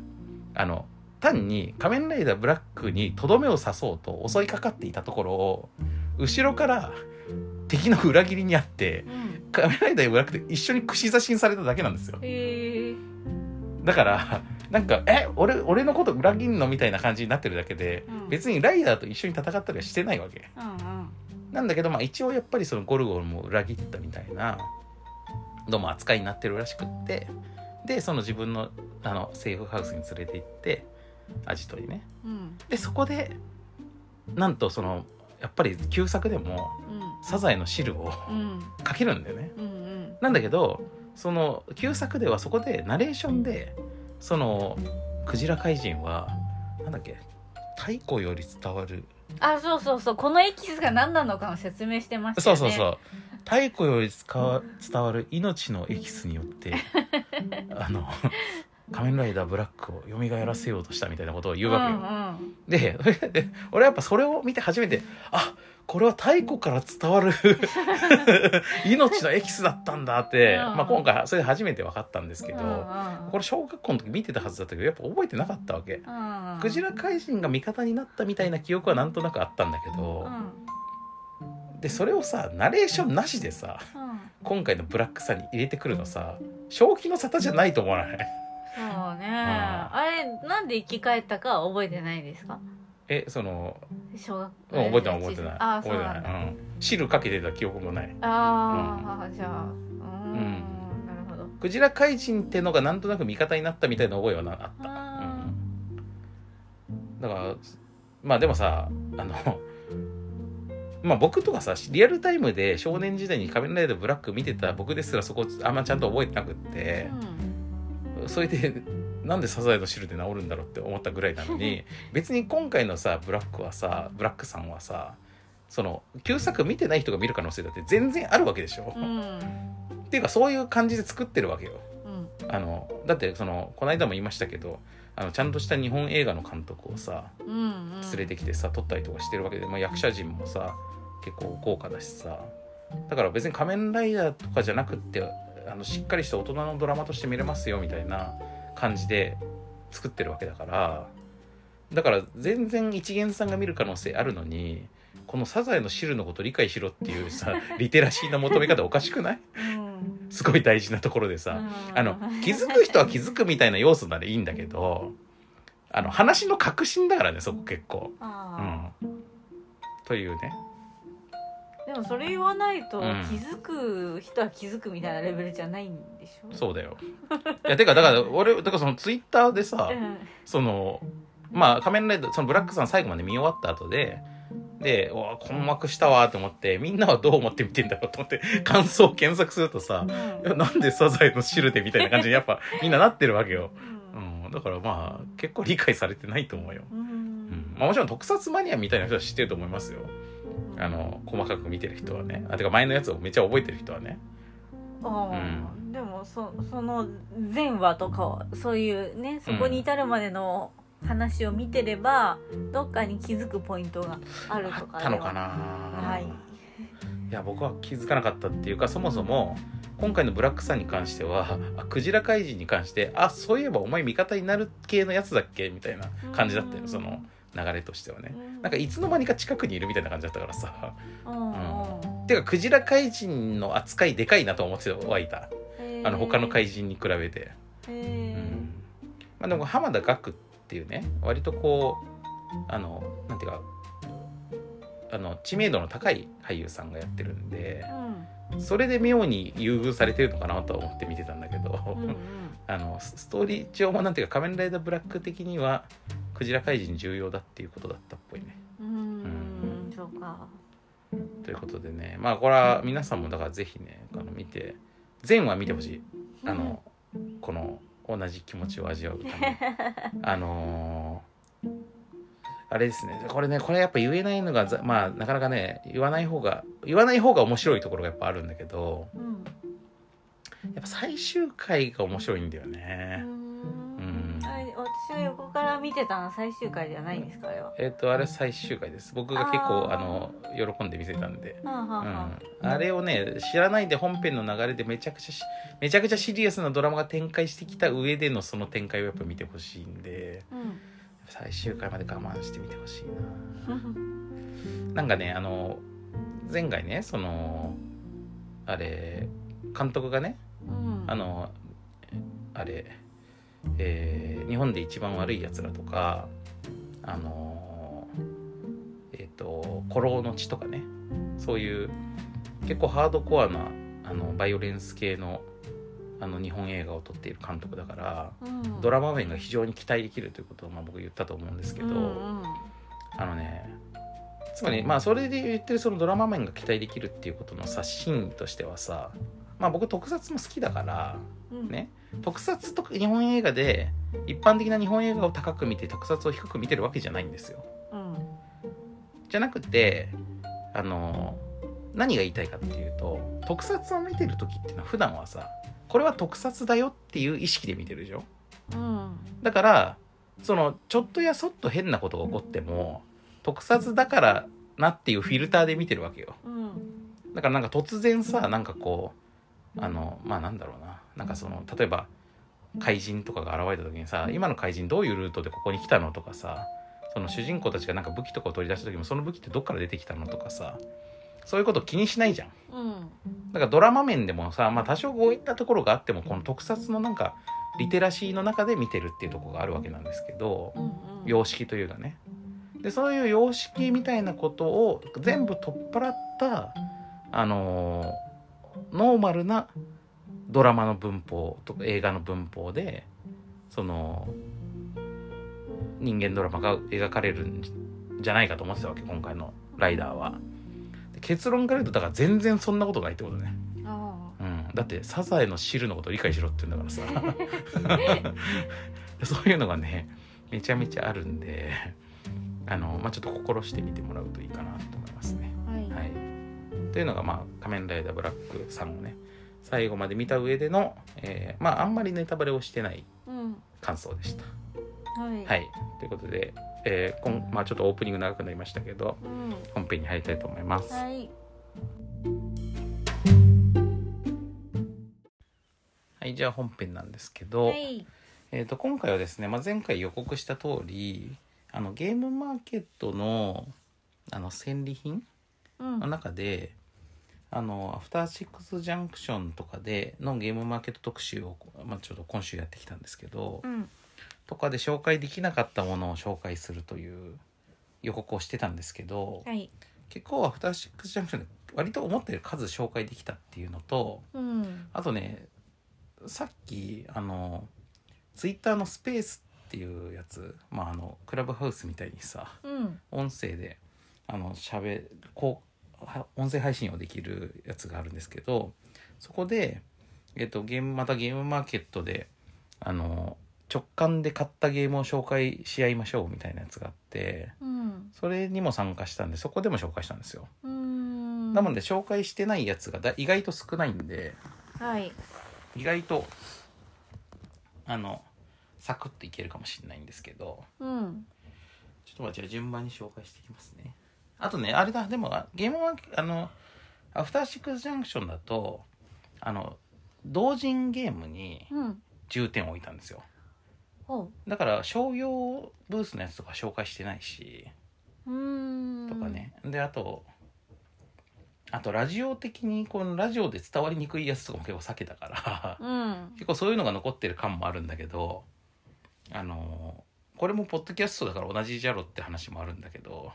Speaker 1: あの単に仮面ライダーブラックにとどめを刺そうと襲いかかっていたところを後ろから敵の裏切りにあって
Speaker 2: うん
Speaker 1: 仮面ライダーブラックと一緒に串刺しにされただけなんですよ。
Speaker 2: へえ
Speaker 1: だからなんか「え俺俺のこと裏切んの?」みたいな感じになってるだけで
Speaker 2: うん
Speaker 1: 別にライダーと一緒に戦ったりはしてないわけ
Speaker 2: うんうん
Speaker 1: なんだけど、まあ、一応やっぱりそのゴルゴも裏切ったみたいなどうも扱いになってるらしくってでその自分のあのセーフハウスに連れて行ってアジトにね
Speaker 2: うん
Speaker 1: でそこでなんとそのやっぱり旧作でもサザエの汁を <laughs>
Speaker 2: うん
Speaker 1: かけるんだよね
Speaker 2: うんうん
Speaker 1: なんだけどその旧作ではそこでナレーションでそのクジラ怪人はなんだっけ太古より伝わる
Speaker 2: あそうそうそうこのエキスが何なのかの説明してました
Speaker 1: そ
Speaker 2: よ
Speaker 1: う
Speaker 2: ね
Speaker 1: そうそう太古より伝わ伝わる命のエキスによって
Speaker 2: <laughs>
Speaker 1: あの仮面ライダーブラックを蘇らせようとしたみたいなことを言うわけよ。
Speaker 2: ん
Speaker 1: でそれで俺はやっぱそれを見て初めてあこれは太古から伝わ
Speaker 2: <laughs>
Speaker 1: る命のエキスだったんだって、
Speaker 2: うん
Speaker 1: まあ、今回それで初めて分かったんですけ
Speaker 2: うん
Speaker 1: ど、
Speaker 2: うん
Speaker 1: これ小学校の時見てたはずだったけどやっぱ覚えてなかったわけ、
Speaker 2: うん
Speaker 1: クジラ怪人が味方になったみたいな記憶はなんとなくあったんだけ
Speaker 2: う
Speaker 1: ど、
Speaker 2: ん
Speaker 1: でそれをさナレーションなしでさ
Speaker 2: うん
Speaker 1: 今回のブラックさに入れてくるのさ正気の沙汰じゃないと思わない
Speaker 2: そうねあれなんで生き返ったかは覚えてないですか
Speaker 1: えその
Speaker 2: 小学
Speaker 1: うん覚えてない覚えてない
Speaker 2: あそ
Speaker 1: 覚え
Speaker 2: う
Speaker 1: て
Speaker 2: な
Speaker 1: なんい、
Speaker 2: だ
Speaker 1: うん、汁かけてた記憶もない
Speaker 2: ああ、じゃあうーん
Speaker 1: ん
Speaker 2: なるほど
Speaker 1: クジラ怪人ってのがなんとなく味方になったみたいな覚えはなあった
Speaker 2: あ
Speaker 1: うんだからまあでもさあの <laughs> まあ僕とかさリアルタイムで少年時代に「仮面ライダーブラック」見てた僕ですらそこあんまちゃんと覚えてなくって
Speaker 2: ーうん
Speaker 1: それでなんでサザエの汁で治るんだろうって思ったぐらいなのに別に今回のさブラックはさブラックさんはさその旧作見てない人が見る可能性だって全然あるわけでしょ、
Speaker 2: うん
Speaker 1: っていうかそういう感じで作ってるわけよ
Speaker 2: うん
Speaker 1: あのだってそのこの間も言いましたけどあのちゃんとした日本映画の監督をさ
Speaker 2: うんうん
Speaker 1: 連れてきてさ撮ったりとかしてるわけで、まあ、役者陣もさ結構豪華だしさだから別に「仮面ライダー」とかじゃなくってあのしっかりした大人のドラマとして見れますよみたいな感じで作ってるわけだからだから全然一元さんが見る可能性あるのにこの「サザエの汁」のこと理解しろっていうさリテラシーの求め方おかしくない
Speaker 2: うん
Speaker 1: すごい大事なところでさ。
Speaker 2: うん
Speaker 1: あの気づく人は気づくみたいな要素ならいいんだけどあの話の核心だからねそこ結構。う
Speaker 2: あ
Speaker 1: ん、というね
Speaker 2: ーでもそれ言わないと
Speaker 1: う
Speaker 2: 気
Speaker 1: ん
Speaker 2: づく人は気づくみたいなレベルじゃないんでしょ
Speaker 1: そうだよ。いやてかだから俺だからそのツイッターでさ
Speaker 2: ん
Speaker 1: そのまあ仮面ライダーそのブラックさん最後まで見終わった後で。で、うわ困惑したわと思って、みんなはどう思って見てんだろうと思って、感想を検索するとさ、いやなんでサザエの汁でみたいな感じにやっぱみんななってるわけよ。
Speaker 2: うん
Speaker 1: うん、だからまあ、結構理解されてないと思うよ。
Speaker 2: うん
Speaker 1: まあ、もちろん特撮マニアみたいな人は知ってると思いますよあの細かく見てる人はねあてか前のやつをめっちゃ覚えてる人はね
Speaker 2: あーでもそその前話とかはそういうねそこに至るまでの話を見てれば、どっかに気づくポイントがある
Speaker 1: あ
Speaker 2: と
Speaker 1: っ
Speaker 2: か
Speaker 1: たのかな
Speaker 2: でははい
Speaker 1: いや僕は気づかなかったっていうかそもそも今回のブラックさんに関しては <laughs> あクジラ怪人に関してあそういえばお前味方になる系のやつだっけみたいな感じだった
Speaker 2: う
Speaker 1: よ
Speaker 2: ん
Speaker 1: その流れとしてはね
Speaker 2: う
Speaker 1: なんかいつの間にか近くにいるみたいな感じだったからさ
Speaker 2: うんうん
Speaker 1: てかクジラ怪人の扱いでかいなと思ってはいた
Speaker 2: へー
Speaker 1: あの他の怪人に比べて。
Speaker 2: へー
Speaker 1: まあ、でも浜田岳っていうね割とこうあのなんていうかあの知名度の高い俳優さんがやってるんでそれで妙に優遇されてるのかなとは思って見てたんだけど、
Speaker 2: うんうん
Speaker 1: <laughs> あのスストーリー上もなんていうか「仮面ライダーブラック」的にはクジラ怪人重要だっていうことだったっぽいね。
Speaker 2: うんうんうんそうか
Speaker 1: ということでねまあこれは皆さんもだからぜひねあの見て全話見てほしい。あのこの同じ気持ちを味わうため
Speaker 2: <laughs>
Speaker 1: にあのーあれですねこれねこれやっぱ言えないのがざまあなかなかね言わない方が言わない方が面白いところがやっぱあるんだけど
Speaker 2: うん
Speaker 1: やっぱ最終回が面白いんだよ
Speaker 2: う
Speaker 1: ね。
Speaker 2: ん
Speaker 1: うん
Speaker 2: あれ私が横から見てたのは最終回じゃないんですかあれは
Speaker 1: えっ、とあれ最終回です僕が結構あ
Speaker 2: あー
Speaker 1: の喜んで見せたんで。
Speaker 2: はあは
Speaker 1: う
Speaker 2: あはあ
Speaker 1: ん、あれをね知らないで本編の流れでめちゃくちゃしめちゃくちゃシリアスなドラマが展開してきた上でのその展開をやっぱ見てほしいんで
Speaker 2: うん
Speaker 1: 最終回まで我慢してみてほしいな。なんかねあの前回ねそのあれ監督がね
Speaker 2: うん
Speaker 1: あのあれ、えー日本で一番悪いやつら」とか「あのえっ、と「古老の血」とかねそういう結構ハードコアなあのバイオレンス系のあの日本映画を撮っている監督だから
Speaker 2: うん
Speaker 1: ドラマ面が非常に期待できるということを、まあ、僕言ったと思うんですけど。
Speaker 2: うんうん
Speaker 1: あのねつまりまあそれで言ってるそのドラマ面が期待できるっていうことのさ真意としてはさまあ僕特撮も好きだから
Speaker 2: うん
Speaker 1: ね特撮とか日本映画で一般的な日本映画を高く見て特撮を低く見てるわけじゃないんですよ。
Speaker 2: うん
Speaker 1: じゃなくてあの何が言いたいかっていうと特撮を見てる時っていうのは普段はさこれは特撮だよっていう意識で見てるでしょ
Speaker 2: うん
Speaker 1: だからそのちょっとやそっと変なことが起こっても特撮だからなっていうフィルターで見てるわけよ
Speaker 2: うん
Speaker 1: だからなんか突然さなんかこうあのまあなんだろうななんかその例えば怪人とかが現れた時にさ今の怪人どういうルートでここに来たのとかさその主人公たちがなんか武器とかを取り出した時もその武器ってどっから出てきたのとかさそういうこと気にしないじゃん
Speaker 2: うん
Speaker 1: だからドラマ面でもさ、まあ、多少こういったところがあってもこの特撮のなんかリテラシーの中で見てるっていうところがあるわけなんですけど
Speaker 2: うん
Speaker 1: 様式というかねでそういう様式みたいなことを全部取っ払ったあのーノーマルなドラマの文法とか映画の文法でその人間ドラマが描かれるんじゃないかと思ってたわけ今回の「ライダーは」で結論から言うとだから全然そんなことないってことね。
Speaker 2: あ
Speaker 1: うん、だってサザエの汁のことを理解しろって言うんだからさそういうのがねめちゃめちゃあるんであの、まあ、ちょっと心してみてもらうといいかなと思いますね。
Speaker 2: はい
Speaker 1: はい、というのが、まあ「仮面ライダーブラック」さんをね最後まで見た上での、えーまああんまりネタバレをしてない
Speaker 2: うん
Speaker 1: 感想でした。
Speaker 2: はい、
Speaker 1: はい、ということで、えーこんまあ、ちょっとオープニング長くなりましたけど
Speaker 2: うん
Speaker 1: 本編に入りたいと思います。
Speaker 2: はい
Speaker 1: はい、じゃあ本編なんですけど、
Speaker 2: はい
Speaker 1: えー、と今回はですね、まあ、前回予告した通りあのゲームマーケットのあの戦利品
Speaker 2: うん
Speaker 1: の中で、あのアフターシックスジャンクションとかでのゲームマーケット特集を、まあ、ちょっと今週やってきたんですけど、
Speaker 2: うん
Speaker 1: とかで紹介できなかったものを紹介するという予告をしてたんですけど、
Speaker 2: はい
Speaker 1: 結構アフターシックスジャンクションで割と思ったより数紹介できたっていうのと
Speaker 2: うん
Speaker 1: あとねさっきあのツイッターのスペースっていうやつまああのクラブハウスみたいにさ
Speaker 2: うん
Speaker 1: 音声であのしゃべこうは音声配信をできるやつがあるんですけどそこで、えっとゲームまたゲームマーケットであの直感で買ったゲームを紹介し合いましょうみたいなやつがあって
Speaker 2: うん
Speaker 1: それにも参加したんでそこでも紹介したんですよ。
Speaker 2: うん
Speaker 1: なので紹介してないやつがだ意外と少ないんで。
Speaker 2: はい
Speaker 1: 意外とあのサクッといけるかもしれないんですけど
Speaker 2: うん
Speaker 1: ちょっと待って順番に紹介していきますねあとねあれだでもあゲームはあのアフターシックスジャンクションだとあの同人ゲームに
Speaker 2: うん
Speaker 1: 重点を置いたんですよ
Speaker 2: おう
Speaker 1: だから商業ブースのやつとか紹介してないし
Speaker 2: うん
Speaker 1: とかね、であとあとラジオ的にこのラジオで伝わりにくいやつとかも結構避けたから
Speaker 2: うん
Speaker 1: 結構そういうのが残ってる感もあるんだけどあのこれもポッドキャストだから同じじゃろって話もあるんだけど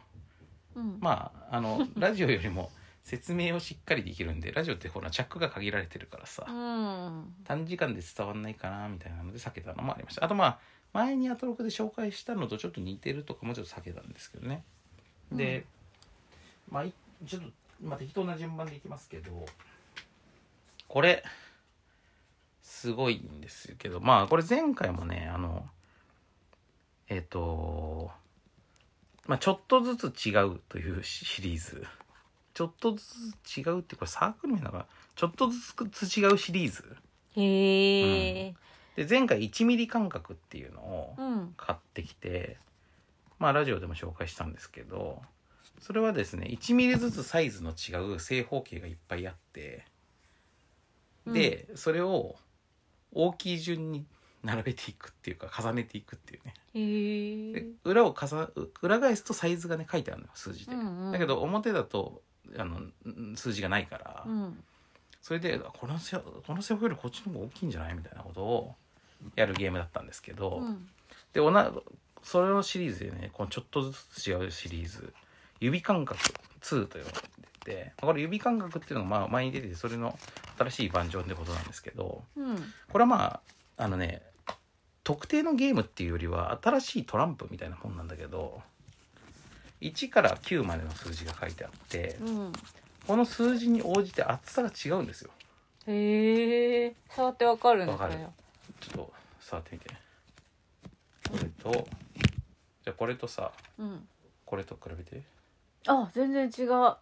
Speaker 2: うん
Speaker 1: まああのラジオよりも説明をしっかりできるんでラジオってほら着が限られてるからさ
Speaker 2: うん
Speaker 1: 短時間で伝わんないかなみたいなので避けたのもありましたあとまあ前にアトロクで紹介したのとちょっと似てるとかもちょっと避けたんですけどねで、まあいちょっと、まあ、適当な順番でいきますけどこれすごいんですけどまあこれ前回もねあのえっ、とまあちょっとずつ違うというシリーズちょっとずつ違うってこれサークル名だからちょっとずつ違うシリーズ
Speaker 2: へえ
Speaker 1: で前回1ミリ間隔っていうのを
Speaker 2: うん
Speaker 1: 買ってきてまあラジオでも紹介したんですけどそれはですね1ミリずつサイズの違う正方形がいっぱいあってで、それを大きい順に並べていくっていうか重ねていくっていうね
Speaker 2: へえ
Speaker 1: で裏を重裏返すとサイズがね書いてあるのよ数字で、
Speaker 2: うんうん
Speaker 1: だけど表だとあのん数字がないから、
Speaker 2: うん
Speaker 1: それであこのせこの正方形よりこっちの方が大きいんじゃないみたいなことをやるゲームだったんですけど、
Speaker 2: うん
Speaker 1: でおなそれのシリーズでねこのちょっとずつ違うシリーズ「指感覚2」と呼んでてこれ指感覚っていうのがまあ前に出ててそれの新しいバージョンってことなんですけど
Speaker 2: うん
Speaker 1: これはまああのね特定のゲームっていうよりは新しいトランプみたいなもんなんだけど1から9までの数字が書いてあって
Speaker 2: うん
Speaker 1: この数字に応じて厚さが違うんですよ。
Speaker 2: へえ触ってわかるん
Speaker 1: わか
Speaker 2: だ
Speaker 1: る
Speaker 2: よ
Speaker 1: ちょっと触ってみてこれとじゃあこれとさ
Speaker 2: うん
Speaker 1: これと比べて
Speaker 2: あ全然違うこ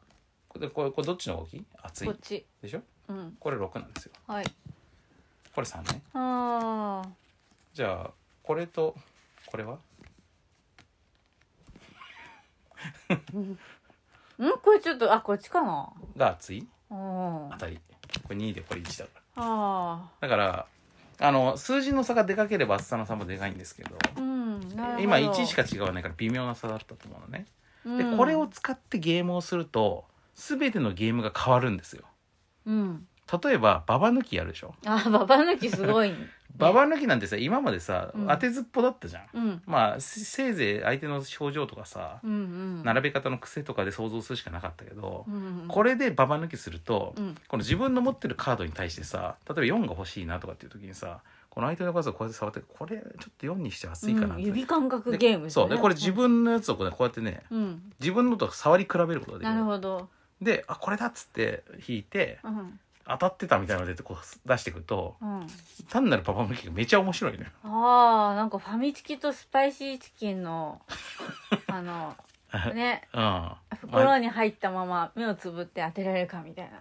Speaker 1: これこれこれどっちの動き厚い
Speaker 2: っち
Speaker 1: でしょ
Speaker 2: うん
Speaker 1: これ6なんですよ
Speaker 2: はい
Speaker 1: これ3ね
Speaker 2: ああ
Speaker 1: じゃあこれとこれは
Speaker 2: うんこれちょっとあこっちかな
Speaker 1: が厚い
Speaker 2: うん
Speaker 1: 当
Speaker 2: あ
Speaker 1: たりこれ2でこれ1だか
Speaker 2: あ
Speaker 1: らだからあの数字の差がでかければ厚さの差もでかいんですけど
Speaker 2: うんなるほど
Speaker 1: 今1しか違わないから微妙な差だったと思うのね
Speaker 2: うん
Speaker 1: でこれを使ってゲームをすると全てのゲームが変わるんですよ
Speaker 2: うん
Speaker 1: 例えばババ抜きやるでしょ
Speaker 2: あババ抜きすごい
Speaker 1: ババ抜きなんてさ今までさ、
Speaker 2: うん
Speaker 1: 当てずっぽだったじゃん
Speaker 2: <laughs> うん
Speaker 1: まあせせいぜい相手の表情とかさ、
Speaker 2: うんうん
Speaker 1: 並べ方の癖とかで想像するしかなかったけど、
Speaker 2: うん
Speaker 1: これでババ抜きすると、
Speaker 2: うん
Speaker 1: この自分の持ってるカードに対してさ例えば4が欲しいなとかっていう時にさこの相手の数をこうやって触ってこれちょっと4にして熱いかな
Speaker 2: う
Speaker 1: っ
Speaker 2: ん
Speaker 1: て、
Speaker 2: 指感覚ゲーム
Speaker 1: で
Speaker 2: です
Speaker 1: そう
Speaker 2: ね
Speaker 1: でこれ自分のやつをこう,、こうやってね
Speaker 2: うん
Speaker 1: 自分のと触り比べることができ
Speaker 2: な
Speaker 1: る
Speaker 2: るほど
Speaker 1: であこれだっつって引いて
Speaker 2: うん
Speaker 1: 当たってたみたいなのでこう出してくると
Speaker 2: うん、
Speaker 1: 単なるパパのキックめちゃ面白いのよ
Speaker 2: あーなんかファミチキとスパイシーチキ
Speaker 1: <laughs>
Speaker 2: ンのあのね
Speaker 1: うん、ま
Speaker 2: 袋に入ったまま目をつぶって当てられるかみたい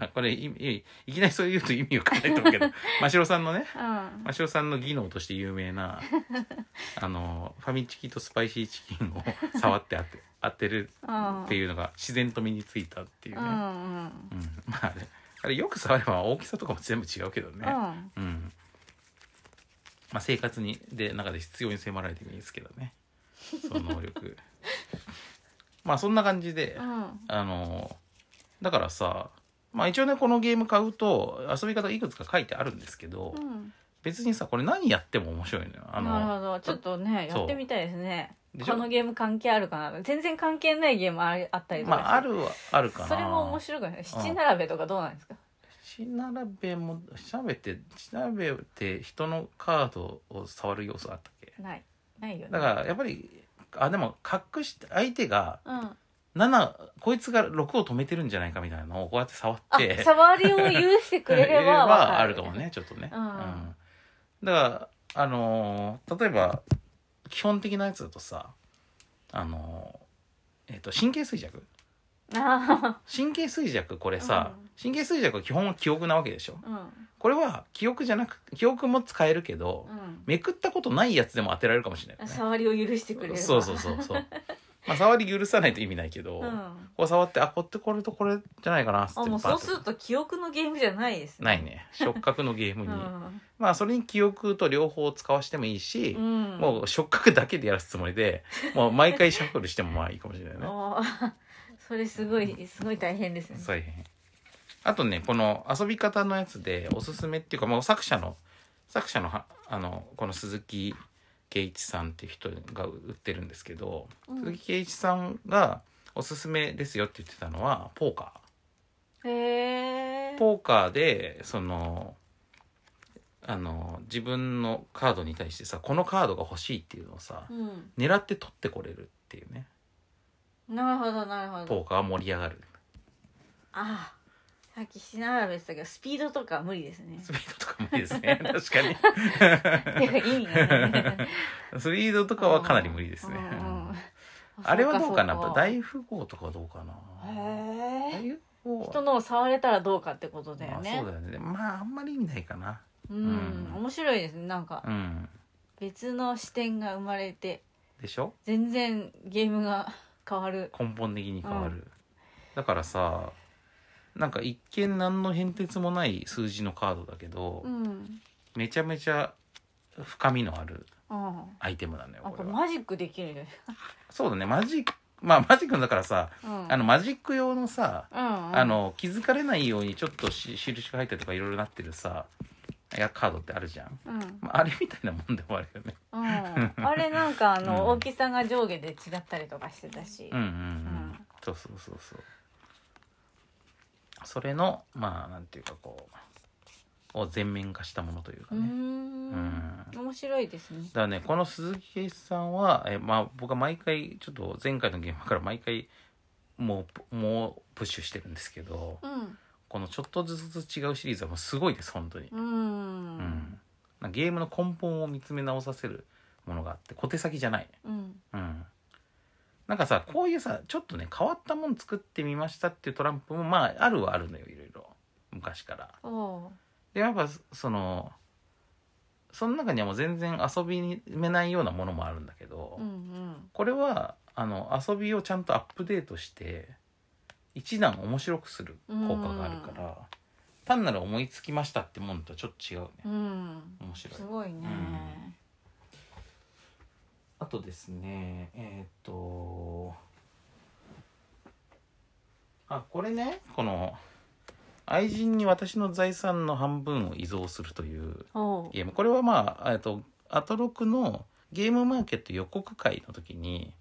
Speaker 1: あ、これいいいきなりそう言うと意味わかんないと思う
Speaker 2: <laughs>
Speaker 1: けど真城さんのね
Speaker 2: なうん
Speaker 1: 真城さんの技能として有名な <laughs> あのファミチキとスパイシーチキンを触って当
Speaker 2: <laughs>
Speaker 1: て当てる
Speaker 2: うん
Speaker 1: っていうのが自然と身についたっていう
Speaker 2: う
Speaker 1: ね、
Speaker 2: んう
Speaker 1: うん
Speaker 2: ん
Speaker 1: まああれあれよく触れば大きさとかも全部違うけどね、
Speaker 2: うん
Speaker 1: うん。まあ生活にで中で必要に迫られてもいいですけどね。その能
Speaker 2: <laughs>
Speaker 1: 力。まあそんな感じで
Speaker 2: う、ん
Speaker 1: あのだからさ、まあ一応ねこのゲーム買うと遊び方いくつか書いてあるんですけど、
Speaker 2: うん
Speaker 1: 別にさこれ何やっても面白いのよ。あ
Speaker 2: なる
Speaker 1: の
Speaker 2: ほどちょっとね
Speaker 1: そう
Speaker 2: やってみたいですね
Speaker 1: でし
Speaker 2: こ
Speaker 1: ょ
Speaker 2: のゲーム関係あるかな全然関係ないゲームああったりと
Speaker 1: ま
Speaker 2: か
Speaker 1: ああるはあるかな。
Speaker 2: それも面白くない七並べとかどうなんですか
Speaker 1: しならべもしなべってしなべって人のカードを触る要素あったっけ？
Speaker 2: ないないよね
Speaker 1: だからやっぱりあでも隠して相手が
Speaker 2: うん
Speaker 1: 7こいつが6を止めてるんじゃないかみたいなのをこうやって触
Speaker 2: あ
Speaker 1: って
Speaker 2: 触りを許して
Speaker 1: <laughs>
Speaker 2: くれれ
Speaker 1: 言
Speaker 2: ばわ
Speaker 1: あるかもねちょっとね、
Speaker 2: うん
Speaker 1: だからあのー例えば基本的なやつだとさあのーえっと神経衰弱
Speaker 2: あ
Speaker 1: 神経衰弱これさ、
Speaker 2: うん
Speaker 1: 神経衰弱は基本は記憶なわけでしょ
Speaker 2: ーうん
Speaker 1: これは記憶じゃなく記憶も使えるけど、
Speaker 2: うん
Speaker 1: めくったことないやつでも当てられるかもしれないよね
Speaker 2: 触りを許してくれれば
Speaker 1: そうそうそう
Speaker 2: <laughs>
Speaker 1: そうまあ触り許さないと意味ないけど、
Speaker 2: うん
Speaker 1: こう触ってあこってこれとこれじゃないかなっつって
Speaker 2: あもう
Speaker 1: パッ
Speaker 2: そう
Speaker 1: と
Speaker 2: すると記憶のゲームじゃないです
Speaker 1: ないね触覚のゲーム
Speaker 2: う
Speaker 1: に、
Speaker 2: ん
Speaker 1: まあそれに記憶と両方使わしてもいいし
Speaker 2: う、ん
Speaker 1: もう触覚だけでやらすつもりでもう毎回シャッフルしてもまあいいかもしれないね
Speaker 2: あー <laughs> それすごいすごい大変ですね
Speaker 1: 大変あとねこの遊び方のやつでおすすめっていうか、まあ、作者の作者のはあのこの鈴木圭一さんっていう人が売ってるんですけど、
Speaker 2: うん
Speaker 1: 鈴木圭一さんがおすすめですよって言ってたのはポーカー。
Speaker 2: へえ
Speaker 1: ポーカーでそのあの自分のカードに対してさこのカードが欲しいっていうのをさ
Speaker 2: うん
Speaker 1: 狙って取ってこれるっていうね
Speaker 2: なるほどなるほ
Speaker 1: ポ
Speaker 2: ど
Speaker 1: ーカーは盛り上がる
Speaker 2: ああさっきしながらべてたけどスピードとか無理ですね
Speaker 1: スピードとかもいいです
Speaker 2: <laughs>
Speaker 1: ね確かに
Speaker 2: ていうか意味がない
Speaker 1: スピードとかはかなり無理ですね
Speaker 2: うんうん
Speaker 1: あれはどうかな
Speaker 2: そそ
Speaker 1: 大富豪とかはどうかな
Speaker 2: へ
Speaker 1: 大
Speaker 2: え
Speaker 1: 富豪は
Speaker 2: 人のを触れたらどうかってことだよ
Speaker 1: まあ、
Speaker 2: ね
Speaker 1: そうだよねまああんまり意味ないかな
Speaker 2: うん
Speaker 1: うん
Speaker 2: 面白いですねなんか
Speaker 1: うん
Speaker 2: 別の視点が生まれて
Speaker 1: でしょ
Speaker 2: 全然ゲームが変わる
Speaker 1: 根本的に変わる、
Speaker 2: う
Speaker 1: だからさなんか一見何の変哲もない数字のカードだけど、
Speaker 2: うん
Speaker 1: めちゃめちゃ深みのある
Speaker 2: あ
Speaker 1: アイテムなのよ
Speaker 2: あ
Speaker 1: こ
Speaker 2: こ
Speaker 1: れ
Speaker 2: れ
Speaker 1: は
Speaker 2: マジックできるね
Speaker 1: そうだねマジックまあマジックのだからさ、
Speaker 2: うん
Speaker 1: あのマジック用のさ、
Speaker 2: うんうん
Speaker 1: あの気づかれないようにちょっとし印が入ったりとかいろいろなってるさいやカードってあるじゃん、
Speaker 2: うん
Speaker 1: まあ、あれみたいなもんでもあるよね
Speaker 2: うん、あれなんか
Speaker 1: <laughs>
Speaker 2: あの、
Speaker 1: うん
Speaker 2: 大きさが上下で違ったりとかしてたし、
Speaker 1: うんうんうん、
Speaker 2: うん
Speaker 1: そうそうそうそうそれのまあなんていうかこうを全面化したものというか
Speaker 2: うー
Speaker 1: ね、
Speaker 2: ん
Speaker 1: う
Speaker 2: 面白いですね
Speaker 1: だからねこの鈴木圭一さんはえ、まあ、僕は毎回ちょっと前回の現場から毎回もうもうプッシュしてるんですけど
Speaker 2: うん
Speaker 1: このちょっとずつ違うシリーズはもうすごいです本当に、
Speaker 2: う
Speaker 1: うんん、なんかゲームの根本を見つめ直させるものがあって小手先じゃない
Speaker 2: うん
Speaker 1: うんなんかさこういうさちょっとね変わったもん作ってみましたっていうトランプもまああるはあるのよいろいろ昔から。
Speaker 2: おう
Speaker 1: でやっぱそのその中にはもう全然遊びめないようなものもあるんだけど、
Speaker 2: うん
Speaker 1: これはあの遊びをちゃんとアップデートして一段面白くする効果があるから、単なる思いつきましたってもんとはちょっと違うね
Speaker 2: うんうん
Speaker 1: 面白い
Speaker 2: す。ごいね
Speaker 1: あとですねえーっとあこれねこの愛人に私の財産の半分を依存するという
Speaker 2: おう
Speaker 1: ゲームこれはまあえっとアトロクのゲームマーケット予告会の時に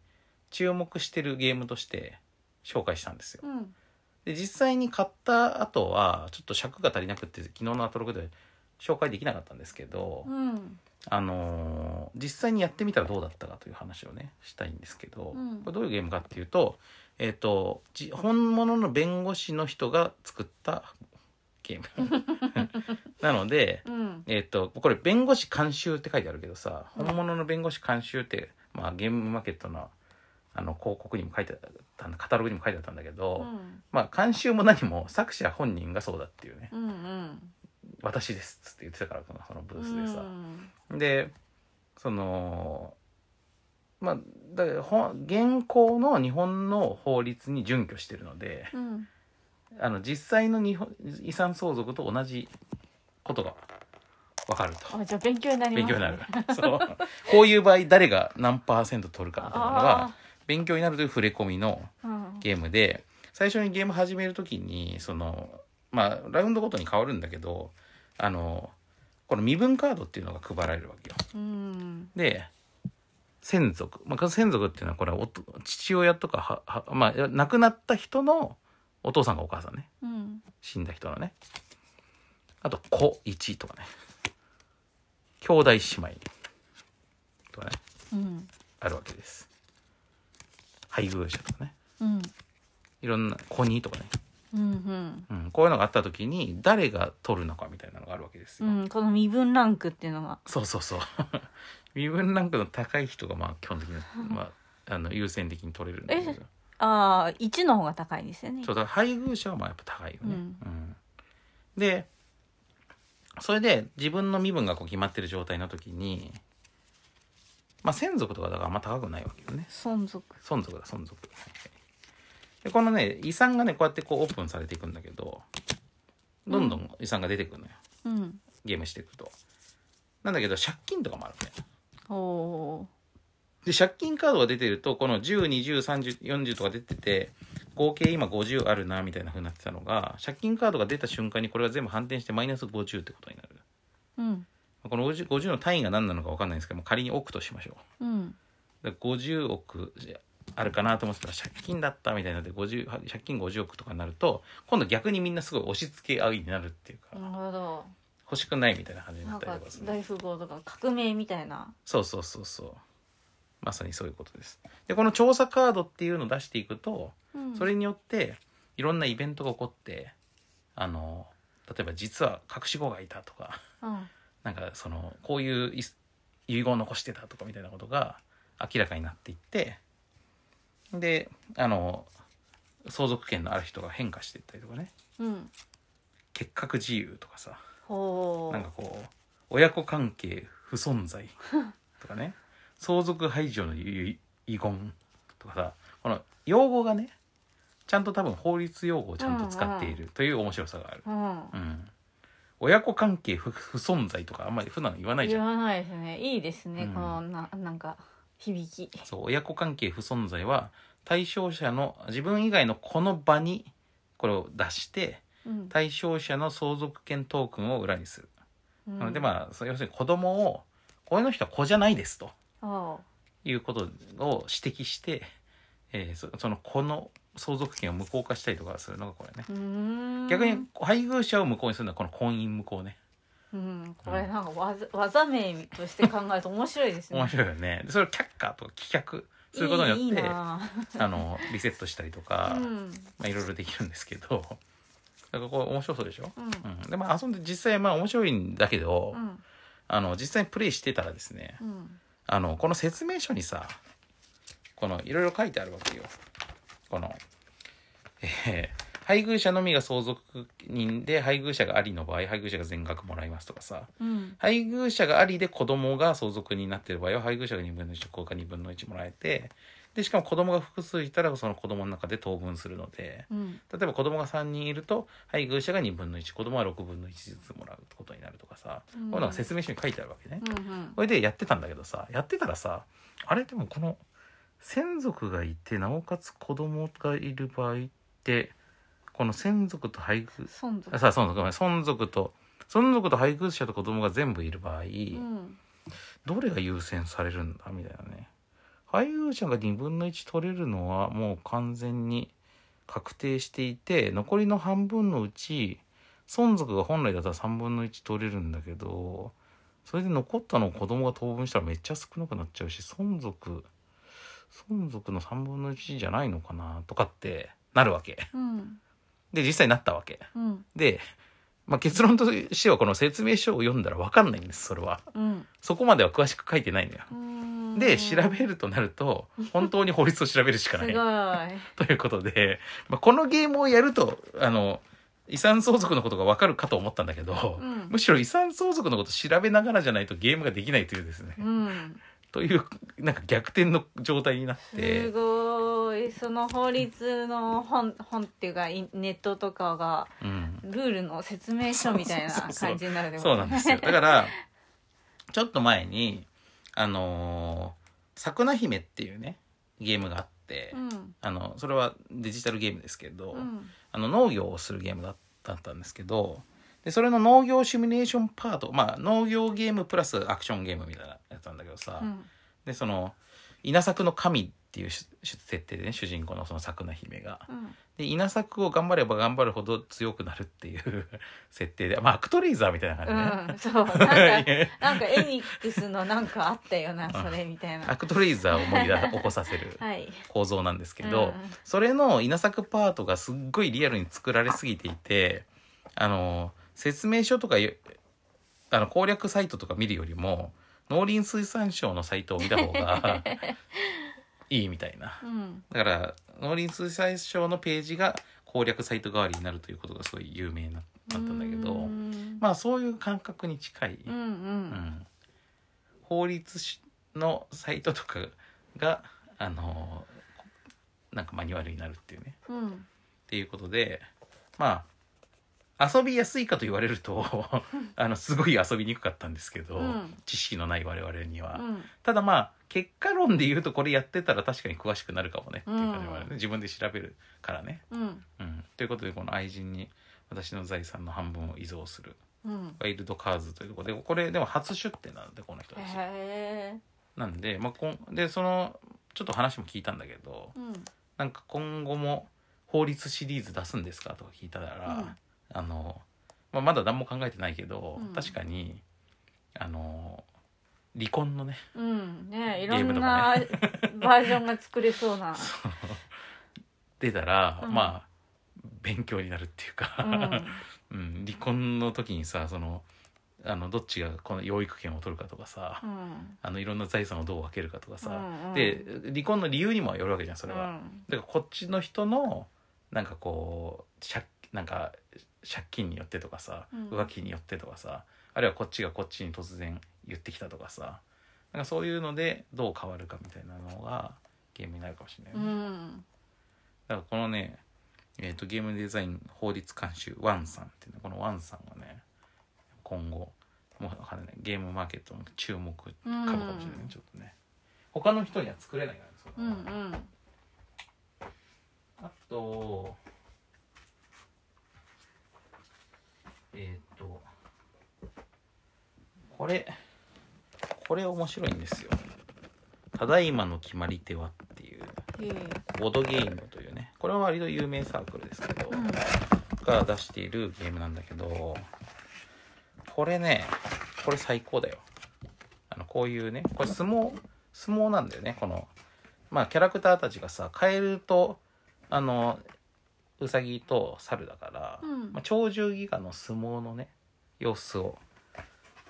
Speaker 1: 注目してるゲームとして紹介したんですよ
Speaker 2: うん
Speaker 1: で実際に買った後はちょっと尺が足りなくって昨日のアトロクで紹介できなかったんですけど、
Speaker 2: うん
Speaker 1: あのー実際にやってみたらどうだったかという話をねしたいんですけど、
Speaker 2: うん
Speaker 1: これどういうゲームかっていうと,、えー、とじ本物の弁護士の人が作ったゲー
Speaker 2: <laughs>
Speaker 1: ム <laughs> なので
Speaker 2: うん
Speaker 1: えっとこれ弁護士監修って書いてあるけどさ
Speaker 2: うん
Speaker 1: 本物の弁護士監修って、まあ、ゲームマーケットのあの広告にも書いてあったカタログにも書いてあったんだけど、
Speaker 2: うん
Speaker 1: まあ監修も何も作者本人がそうだっていうね
Speaker 2: うんうん
Speaker 1: 「私です」っつって言ってたからそのブースで
Speaker 2: う
Speaker 1: さ。
Speaker 2: ん
Speaker 1: でそのまあだからほん現行の日本の法律に準拠してるので
Speaker 2: うん
Speaker 1: あの実際の日本遺産相続と同じことが分かると。
Speaker 2: あじゃあ勉強になり
Speaker 1: 勉
Speaker 2: ます
Speaker 1: 強になる <laughs> そうこういう場合誰が何パーセント取るかみたいなのが
Speaker 2: あ
Speaker 1: 勉強になるという触れ込みの
Speaker 2: あうん
Speaker 1: ゲームで最初にゲーム始める時にそのまあラウンドごとに変わるんだけどあのこの身分カードっていうのが配られるわけよ。
Speaker 2: うん
Speaker 1: で先族、まあ、先族っていうのはこれはおと父親とかはは、まあ、亡くなった人のお父さんかお母さんね
Speaker 2: うん
Speaker 1: 死んだ人のねあと子1とかね兄弟姉妹とかね
Speaker 2: うん
Speaker 1: あるわけです配偶者とかね
Speaker 2: うん
Speaker 1: いろんな子2とかね、
Speaker 2: うん
Speaker 1: うん、こういうのがあった時に誰が取るのかみたいなのがあるわけです
Speaker 2: う
Speaker 1: よ、
Speaker 2: んこの身分ランクっていうのが
Speaker 1: そうそう <laughs> そう身分ランクの高い人がまあ基本的に、まあ、あの優先的に取れるんだけど
Speaker 2: えああ1の方が高いですよね
Speaker 1: そうだから配偶者はまあやっぱ高いよね。う
Speaker 2: う
Speaker 1: んんでそれで自分の身分がこう決まってる状態の時にまあ先族とかだからあんま高くないわけよね
Speaker 2: 存続
Speaker 1: 孫族だ孫族。でこのね遺産がねこうやってこうオープンされていくんだけどどんどん遺産が出てくるのよ
Speaker 2: うん
Speaker 1: ゲームしていくと。なんだけど借金とかもあるね。
Speaker 2: おお
Speaker 1: で借金カードが出てるとこの10203040とか出てて合計今50あるなみたいな風になってたのが借金カードが出た瞬間にこれが全部反転してマイナス50ってことになる
Speaker 2: ーうん
Speaker 1: この 50, 50の単位が何なのか分かんないんですけどもう仮に億としましょ
Speaker 2: うん
Speaker 1: うだから50億あるかなと思ってたら借金だったみたいになって50は借金50億とかになると今度逆にみんなすごい押し付け合いになるっていうか、
Speaker 2: なるほど
Speaker 1: 欲しくないみたいな感じに
Speaker 2: な
Speaker 1: なっ
Speaker 2: ん
Speaker 1: たり
Speaker 2: か
Speaker 1: とかする
Speaker 2: 大富豪とか革命みたいな
Speaker 1: そうそうそうそうまさにそういうことですでこの調査カードっていうのを出していくとそれによっていろんなイベントが起こってあの例えば実は隠し子がいたとか <laughs>
Speaker 2: うん
Speaker 1: なんかそのこういうい遺言を残してたとかみたいなことが明らかになっていってであの相続権のある人が変化していったりとかね
Speaker 2: うん
Speaker 1: 結核自由とかさ
Speaker 2: ほう
Speaker 1: なんかこう親子関係不存 <laughs> 在とかね相続排除の遺遺言とかさこの用語がねちゃんと多分法律用語をちゃんと使っているという面白さがある、
Speaker 2: うん
Speaker 1: うん親子関係不不存在とかあんまり普段言わないじ
Speaker 2: 言
Speaker 1: ゃん
Speaker 2: わないですねいいですね、
Speaker 1: うん
Speaker 2: このななんか響き
Speaker 1: そう親子関係不存在は対象者の自分以外のこの場にこれを出して
Speaker 2: うん
Speaker 1: 対象者の相続権トークンを裏にする、
Speaker 2: うん
Speaker 1: なのでまあそう要するに子供をこの人は子じゃないですと
Speaker 2: おう
Speaker 1: いうことを指摘して、えーそそのこの相続権を無効化したりとかするのがこれね
Speaker 2: うーん
Speaker 1: 逆に配偶者を無効にするのはこの婚姻無効ね
Speaker 2: うんこれなんか技技名として考えると面白いですね
Speaker 1: 面白いよねでそれを却下とか棄却することによって
Speaker 2: いいいいな
Speaker 1: あのリセットしたりとか、
Speaker 2: うん
Speaker 1: まあ、いろいろできるんですけどだからこれ面白そうでしょ、
Speaker 2: うん
Speaker 1: うん、でまあ遊んで実際まあ面白いんだけど、
Speaker 2: うん
Speaker 1: あの実際にプレイしてたらですね
Speaker 2: うん
Speaker 1: あのこの説明書にさこのいろいろ書いてあるわけよこの、えー配偶者のみが相続人で配偶者がありの場合配偶者が全額もらいますとかさ
Speaker 2: うん
Speaker 1: 配偶者がありで子供が相続人になってる場合は配偶者が2分の1子が2分の1もらえてでしかも子供が複数いたらその子供の中で当分するので
Speaker 2: うん
Speaker 1: 例えば子供が3人いると配偶者が2分の1子供は6分の1ずつもらうことになるとかさ、
Speaker 2: うん
Speaker 1: こういうのが説明書に書いてあるわけね。
Speaker 2: うん
Speaker 1: それでやってたんだけどさやってたらさあれでもこの先族がいてなおかつ子供がいる場合ってこの先族と配偶
Speaker 2: 孫族
Speaker 1: あさあ孫族ごめん孫族と孫族と配偶者と子供が全部いる場合、
Speaker 2: うん
Speaker 1: どれが優先されるんだみたいなね配偶者が2分の1取れるのはもう完全に確定していて残りの半分のうち孫族が本来だったら3分の1取れるんだけどそれで残ったのを子供が当分したらめっちゃ少なくなっちゃうし孫族孫族の3分の1じゃないのかなとかってなるわけ
Speaker 2: うん
Speaker 1: で実際なったわけ
Speaker 2: うん
Speaker 1: でまあ、結論としてはこの説明書を読んだら分かんないんですそれは
Speaker 2: うん
Speaker 1: そこまでは詳しく書いてないのよ
Speaker 2: うん
Speaker 1: で調べるとなる
Speaker 2: <laughs>
Speaker 1: と本当に法律を調べるしか
Speaker 2: す
Speaker 1: な
Speaker 2: ご
Speaker 1: い
Speaker 2: い
Speaker 1: ということで、まあ、このゲームをやるとあの遺産相続のことが分かるかと思ったんだけど、
Speaker 2: うん
Speaker 1: むしろ遺産相続のこと調べながらじゃないとゲームができないというですね、
Speaker 2: うん
Speaker 1: というなんか逆転の状態になっ
Speaker 2: す
Speaker 1: て
Speaker 2: ごいその法律の本本っていうかいネットとかが
Speaker 1: うん、
Speaker 2: ルールの説明書みたいな
Speaker 1: そうそうそうそう
Speaker 2: 感じになるってこ
Speaker 1: そう
Speaker 2: と
Speaker 1: な
Speaker 2: ね
Speaker 1: んですよだからちょっと前にあのー「さくな姫」っていうねゲームがあって、
Speaker 2: うん
Speaker 1: あのそれはデジタルゲームですけど、
Speaker 2: うん
Speaker 1: あの農業をするゲームだだったんですけどでそれの農業シミュレーションパートまあ農業ゲームプラスアクションゲームみたいなやつなんだけどさ、
Speaker 2: うん
Speaker 1: でその稲作の神っていうし設定でね主人公のそのさくな姫が。
Speaker 2: うん
Speaker 1: で稲作を頑張れば頑張るほど強くなるっていう <laughs> 設定でまあアクトレイザーみたいな感
Speaker 2: うんそうなん
Speaker 1: じ
Speaker 2: か
Speaker 1: ね、
Speaker 2: なんかエニックスのなんかあったよなそれみたい
Speaker 1: <laughs> ア
Speaker 2: な
Speaker 1: クトレイザーを思い出起こさせる
Speaker 2: はい
Speaker 1: 構造なんですけど、それの稲作パートがすっごいリアルに作られすぎていてあの説明書とかよあの攻略サイトとか見るよりも農林水産省のサイトを見た方
Speaker 2: <laughs>
Speaker 1: がいいみたいな
Speaker 2: うんうん
Speaker 1: だから農林水産省のページが攻略サイト代わりになるということがすごい有名になったんだけど
Speaker 2: うん
Speaker 1: まあそういう感覚に近い、
Speaker 2: うんう
Speaker 1: うんん法律のサイトとかがあのなんかマニュアルになるっていうね
Speaker 2: うん
Speaker 1: っていうことでまあ遊びやすいかと言われる
Speaker 2: <laughs>
Speaker 1: とあのすごい遊びにくかったんですけど、
Speaker 2: うん
Speaker 1: 知識のない我々には、
Speaker 2: うん
Speaker 1: ただまあ結果論で言うとこれやってたら確かに詳しくなるかもねっていう感じもあるね、自分で調べるからね、
Speaker 2: うん
Speaker 1: うん。ということでこの愛人に私の財産の半分を遺贈する
Speaker 2: うん
Speaker 1: ワイルドカーズというところでこれでも初出店なんでこの人たち。
Speaker 2: へえ
Speaker 1: なんで,、まあ、こんでそのちょっと話も聞いたんだけど、
Speaker 2: うん
Speaker 1: なんか今後も法律シリーズ出すんですかとか聞いたら、あの、まあ、まだ何も考えてないけど、
Speaker 2: うん
Speaker 1: 確かにあの離婚のね
Speaker 2: うんね
Speaker 1: ゲ
Speaker 2: いろ
Speaker 1: ーム
Speaker 2: ん
Speaker 1: と
Speaker 2: な
Speaker 1: か
Speaker 2: バージョンが作れそうな
Speaker 1: <laughs> 出たら、
Speaker 2: うん
Speaker 1: まあ勉強になるっていう
Speaker 2: う
Speaker 1: か、
Speaker 2: ん
Speaker 1: <laughs> うん離婚の時にさそのあのどっちがこの養育権を取るかとかさ、
Speaker 2: うん
Speaker 1: あのいろんな財産をどう分けるかとかさ、
Speaker 2: うんうん
Speaker 1: で離婚の理由にもよるわけじゃんそれは。
Speaker 2: うん
Speaker 1: だからこっちの人のなんかこう借なんか借金によってとかさ
Speaker 2: うん
Speaker 1: 浮気によってとかさ、あるいはこっちがこっちに突然言ってきたとかさなんかそういうのでどう変わるかみたいなのがゲームになるかもしれない、
Speaker 2: う
Speaker 1: だ
Speaker 2: ん
Speaker 1: からこのね、えー、とゲームデザイン法律監修ワンさんっていうねこのワンさんがね今後もうわかんないゲームマーケットの注目株かもしれないね、
Speaker 2: うん
Speaker 1: ちょっとね他の人には作れないからねそ
Speaker 2: うん
Speaker 1: な
Speaker 2: う
Speaker 1: の
Speaker 2: ん
Speaker 1: あと、えっ、と、これ、これ面白いんですよ。ただいまの決まり手はっていう、
Speaker 2: へえ
Speaker 1: ボードゲームというね、これは割と有名サークルですけど、
Speaker 2: うん
Speaker 1: が出しているゲームなんだけど、これね、これ最高だよ。あの、こういうね、これ相撲、相撲なんだよね、この、まあ、キャラクターたちがさ、カエルと、あの、ウサギと猿だから、
Speaker 2: うん
Speaker 1: まあ、鳥獣戯画の相撲のね、様子を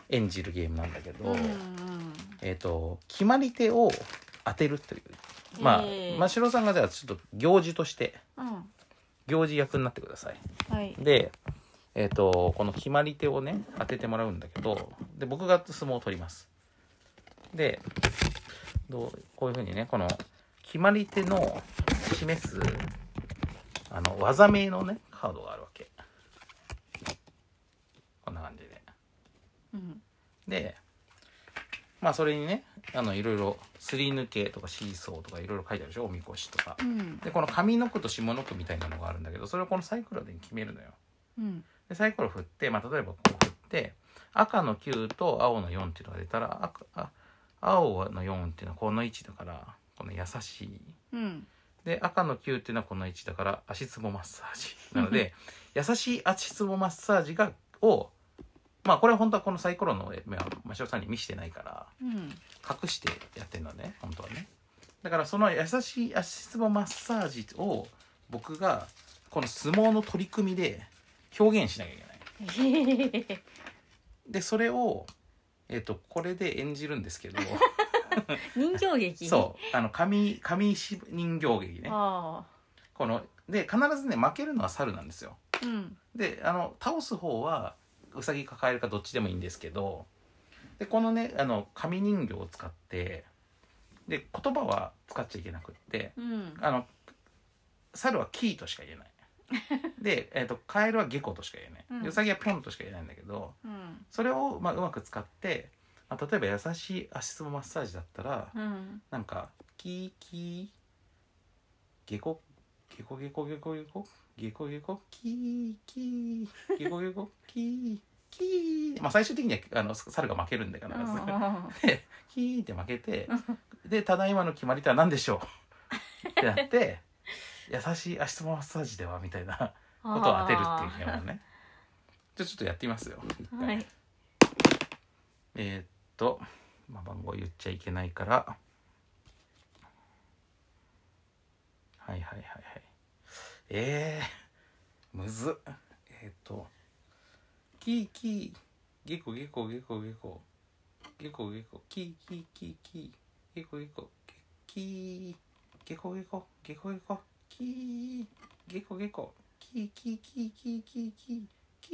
Speaker 1: 演じるゲームなんだけど、
Speaker 2: うんうん
Speaker 1: えっ、と、決まり手を当てるという。まあ
Speaker 2: ええ、
Speaker 1: 真城さんがじゃあちょっと行事として、
Speaker 2: うん
Speaker 1: 行事役になってください。
Speaker 2: はい
Speaker 1: で、えー、とこの決まり手をね当ててもらうんだけどで僕が相撲を取りますでどうこういうふうにねこの決まり手の示すあの技名のねカードがあるわけこんな感じで
Speaker 2: うん
Speaker 1: でまあそれにねあのいろいろすり抜けとかシーソーとかいろいろ書いてあるでしょおみこしとか
Speaker 2: うん
Speaker 1: でこの上の句と下の句みたいなのがあるんだけどそれをこのサイクロで決めるのよ
Speaker 2: うん
Speaker 1: でサイコロ振って、まあ、例えばこう振って赤の9と青の4っていうのが出たら赤あ青の4っていうのはこの位置だからこの優しい
Speaker 2: うん
Speaker 1: で赤の9っていうのはこの位置だから足つぼマッサージなので優しい足つぼマッサージがをまあこれは本当はこのサイコロの目は真汐さんに見せてないから
Speaker 2: うん
Speaker 1: 隠してやってるのね本当はねだからその優しい足つぼマッサージを僕がこの相撲の取り組みで表現しなきゃいけないでそれを、えっとこれで演じるんです
Speaker 2: <laughs>
Speaker 1: けど
Speaker 2: 人形劇
Speaker 1: そうあの紙紙石人形劇ね
Speaker 2: あ
Speaker 1: こので必ずね負けるのは猿なんですよ
Speaker 2: あうん
Speaker 1: であの倒す方はウサギかカエルかどっちでもいいんですけどでこのねあの紙人形を使ってで言葉は使っちゃいけなくって
Speaker 2: うん
Speaker 1: あの猿はキーとしか言え
Speaker 2: <laughs>
Speaker 1: ないで、えっとカエルはゲコとしか言えない、
Speaker 2: うん
Speaker 1: でウサギはピョンとしか言えないんだけど
Speaker 2: うん
Speaker 1: それを、まあ、うまく使って、まあ、例えば優しい足つぼマッサージだったら
Speaker 2: うん
Speaker 1: なんかキーキーゲコゲコゲコゲコゲコゲコゲコキーキーゲコゲコキーキーまあ最終的にはあの猿が負けるんだからでキーって負けてでただいまの決まりとは何でしょうってなって優しい足つぼマッサージではみたいなことを当てるっていうのをねじゃあちょっとやってみますよ一
Speaker 2: は
Speaker 1: 回
Speaker 2: い
Speaker 1: えーっと、まあ、番号言っちゃいけないから。はいはいはいはい。えー、むずっ。えーっと、キーキー、ゲコゲコゲコゲコ、ゲコゲコ、キーキーキーキー、ゲコゲコ、キー、ゲコゲコ、ゲコゲコ、キー、ゲコゲコ、キーキーキーキーキーキー、キ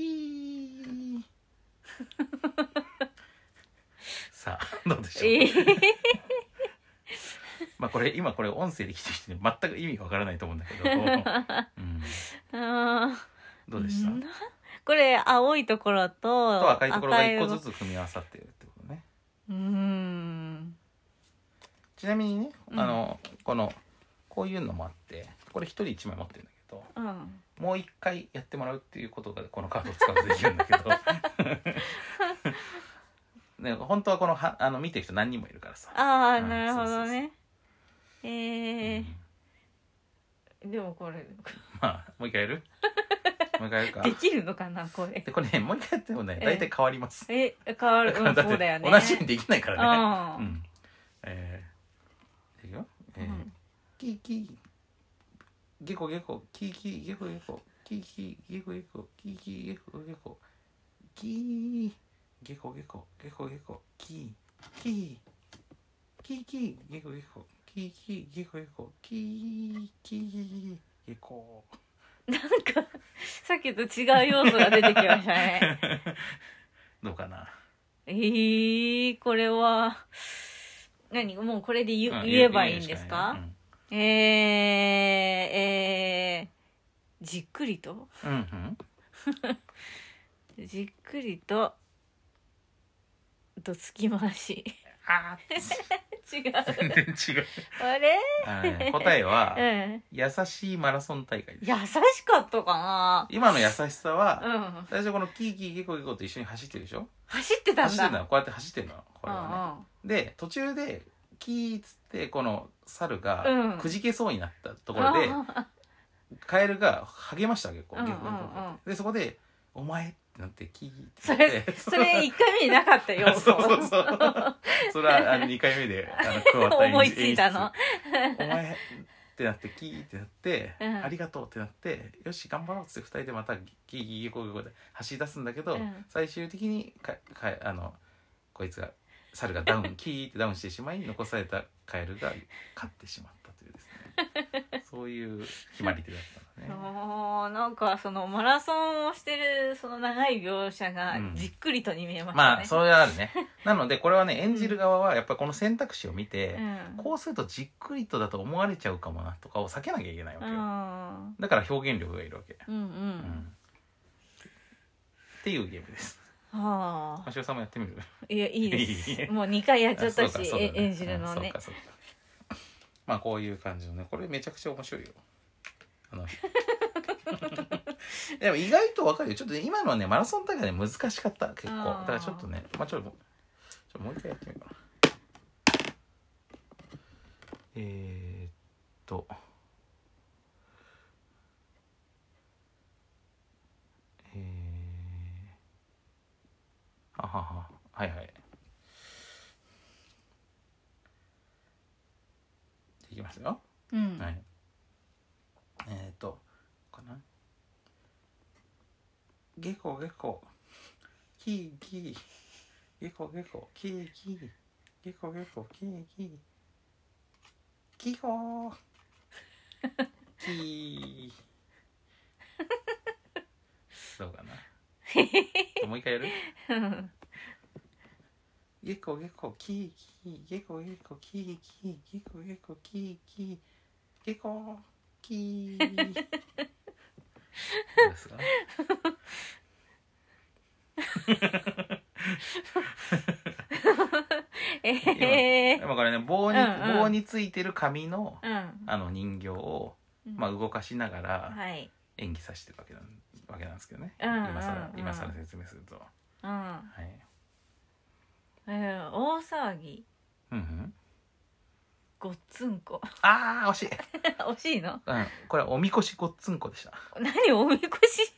Speaker 1: ー。さあ、どうでしょう。
Speaker 2: えー
Speaker 1: まあこれ今これ音声で聞いてる人に全く意味がわからないと思うんだけ
Speaker 2: <laughs>
Speaker 1: ど、うん、
Speaker 2: うん
Speaker 1: どうでした
Speaker 2: なこれ青いところと
Speaker 1: と赤いところが一個
Speaker 2: 赤い
Speaker 1: ずつ組み合わさってるってことね
Speaker 2: うーん
Speaker 1: ちなみにね
Speaker 2: うん
Speaker 1: あの、このこういうのもあってこれ一人一枚持ってるんだけど
Speaker 2: うん
Speaker 1: もう一回やってもらうっていうことがこのカードを使うとできるんだけ
Speaker 2: <laughs>
Speaker 1: どね本当はこのはあの見てる人何人もいるからさ、
Speaker 2: ああ
Speaker 1: うん
Speaker 2: なるほど
Speaker 1: そうそう
Speaker 2: ねえ
Speaker 1: うん
Speaker 2: ーでもこれ
Speaker 1: まあもう一回やるもう一回やるか
Speaker 2: できるのかなこれ
Speaker 1: でこれねもう一回やってもね
Speaker 2: ええ
Speaker 1: 大体変わります
Speaker 2: え変わる、うん、
Speaker 1: だっ
Speaker 2: <laughs> そうだよ
Speaker 1: て
Speaker 2: ね
Speaker 1: 同じにできないからね
Speaker 2: う
Speaker 1: うんん。えー、いくよ。えー
Speaker 2: うん
Speaker 1: キーキー。ゲコゲコ。キーキーゲコゲコ。キーキーゲコゲコ。キーキーゲコゲコ。キー。ゲコゲコ。ゲコゲコ。キー。キー。キーキーゲコゲコ。キーキーゲコゲコ。キー。キー。ゲコ。
Speaker 2: なんかさっきと違う要素が出てきました <laughs> ね
Speaker 1: どうかな。
Speaker 2: えー、これは何もうこれで言,、
Speaker 1: うん
Speaker 2: 言えばいいんですか
Speaker 1: 言うし
Speaker 2: えー、えー、じっくり
Speaker 1: か
Speaker 2: と
Speaker 1: ないうん。うんうん。
Speaker 2: じっくりとどつき回し <laughs>
Speaker 1: あ
Speaker 2: 違 <laughs> う
Speaker 1: ー <laughs> 全然違う。
Speaker 2: あれ
Speaker 1: あのね答えは、
Speaker 2: <laughs> うん
Speaker 1: 優しいマラソン大会です
Speaker 2: 優しかったか
Speaker 1: 今の優しさは、
Speaker 2: なうん
Speaker 1: 最初このキーキーゲコゲコと一緒に走ってるでしょ
Speaker 2: 走ってたん
Speaker 1: 走って
Speaker 2: だ
Speaker 1: るのはこうやって走ってるのはこれは
Speaker 2: うんうん
Speaker 1: ねで途中でキーっつってこの猿
Speaker 2: うん
Speaker 1: がくじけそうになったところで、
Speaker 2: あ
Speaker 1: カエルが励ましたわけよこう
Speaker 2: うんう
Speaker 1: ゲ
Speaker 2: んうん
Speaker 1: コゲコゲコってでそこで「お前」ってなってキーって
Speaker 2: <laughs> そ
Speaker 1: なって
Speaker 2: れそれ一回目になかったよ
Speaker 1: <laughs> そうそうそうそれはあの2回目であの加わった演出
Speaker 2: <laughs> 思いついたの
Speaker 1: 演出お前ってなってキーってなって、
Speaker 2: うん
Speaker 1: ありがとうってなってよし頑張ろうっつって2人でまたギギギギゴギゴで走り出すんだけど、
Speaker 2: うん
Speaker 1: 最終的にかかあのこいつが猿がダウンキーってダウンしてしまい残されたカエルが勝ってしまったというですねそういう決まり手だったのね。
Speaker 2: おーなんかそのマラソンをしてるその長い描写が
Speaker 1: うん
Speaker 2: じっくりとに見えましたね、
Speaker 1: まあそれはあるね。なのでこれはね演じる側はやっぱりこの選択肢を見て、
Speaker 2: うん
Speaker 1: こうするとじっくりとだと思われちゃうかもなとかを避けなきゃいけないわ
Speaker 2: う
Speaker 1: けよ、
Speaker 2: ん
Speaker 1: だから表現力がいるわけ、
Speaker 2: うんうん
Speaker 1: うんっていうゲームです
Speaker 2: はあ
Speaker 1: 橋尾さんもやってみ
Speaker 2: <laughs>
Speaker 1: る
Speaker 2: いやいいです
Speaker 1: いい
Speaker 2: もう2回やっちゃっ
Speaker 1: そ
Speaker 2: た
Speaker 1: う
Speaker 2: し、
Speaker 1: かそうだ
Speaker 2: え
Speaker 1: ね
Speaker 2: 演じるの
Speaker 1: うんそう
Speaker 2: ね
Speaker 1: かそうかまあこういう感じのねこれめちゃくちゃ面白いよあの <laughs> でも意外とわかるよちょっとね今のはねマラソン大会で難しかった結構
Speaker 2: あー
Speaker 1: だからちょっとねまあちょっともちょっともう一回やってみようかなえー、っとえー、ははははいはいいきますよ
Speaker 2: うん、
Speaker 1: はい。えっ、ー、と、かな。ゲコゲコキーキーゲコゲコキーキーゲコゲコキーキーキコーキ
Speaker 2: <laughs>
Speaker 1: ーそうかなもう一回やる
Speaker 2: うん
Speaker 1: ゲコゲコキーキーゲコゲコキーキーゲコゲコキーキーゲコキーどうですか
Speaker 2: <laughs> えへへ
Speaker 1: まあこれね棒に、
Speaker 2: うんうん
Speaker 1: 棒についてる紙の
Speaker 2: うん
Speaker 1: あの人形を、まあ、動かしながら
Speaker 2: はい
Speaker 1: 演技させてるわけなんわけなんですけどね、
Speaker 2: うんうんうん
Speaker 1: 今さら今さら説明すると、は
Speaker 2: うん
Speaker 1: い、
Speaker 2: えー大騒ぎ
Speaker 1: うんうん
Speaker 2: ごっつんこ
Speaker 1: あー惜しい、
Speaker 2: <laughs> 惜しいの
Speaker 1: うん、これはおみこしごっつんこでした
Speaker 2: 何おみこし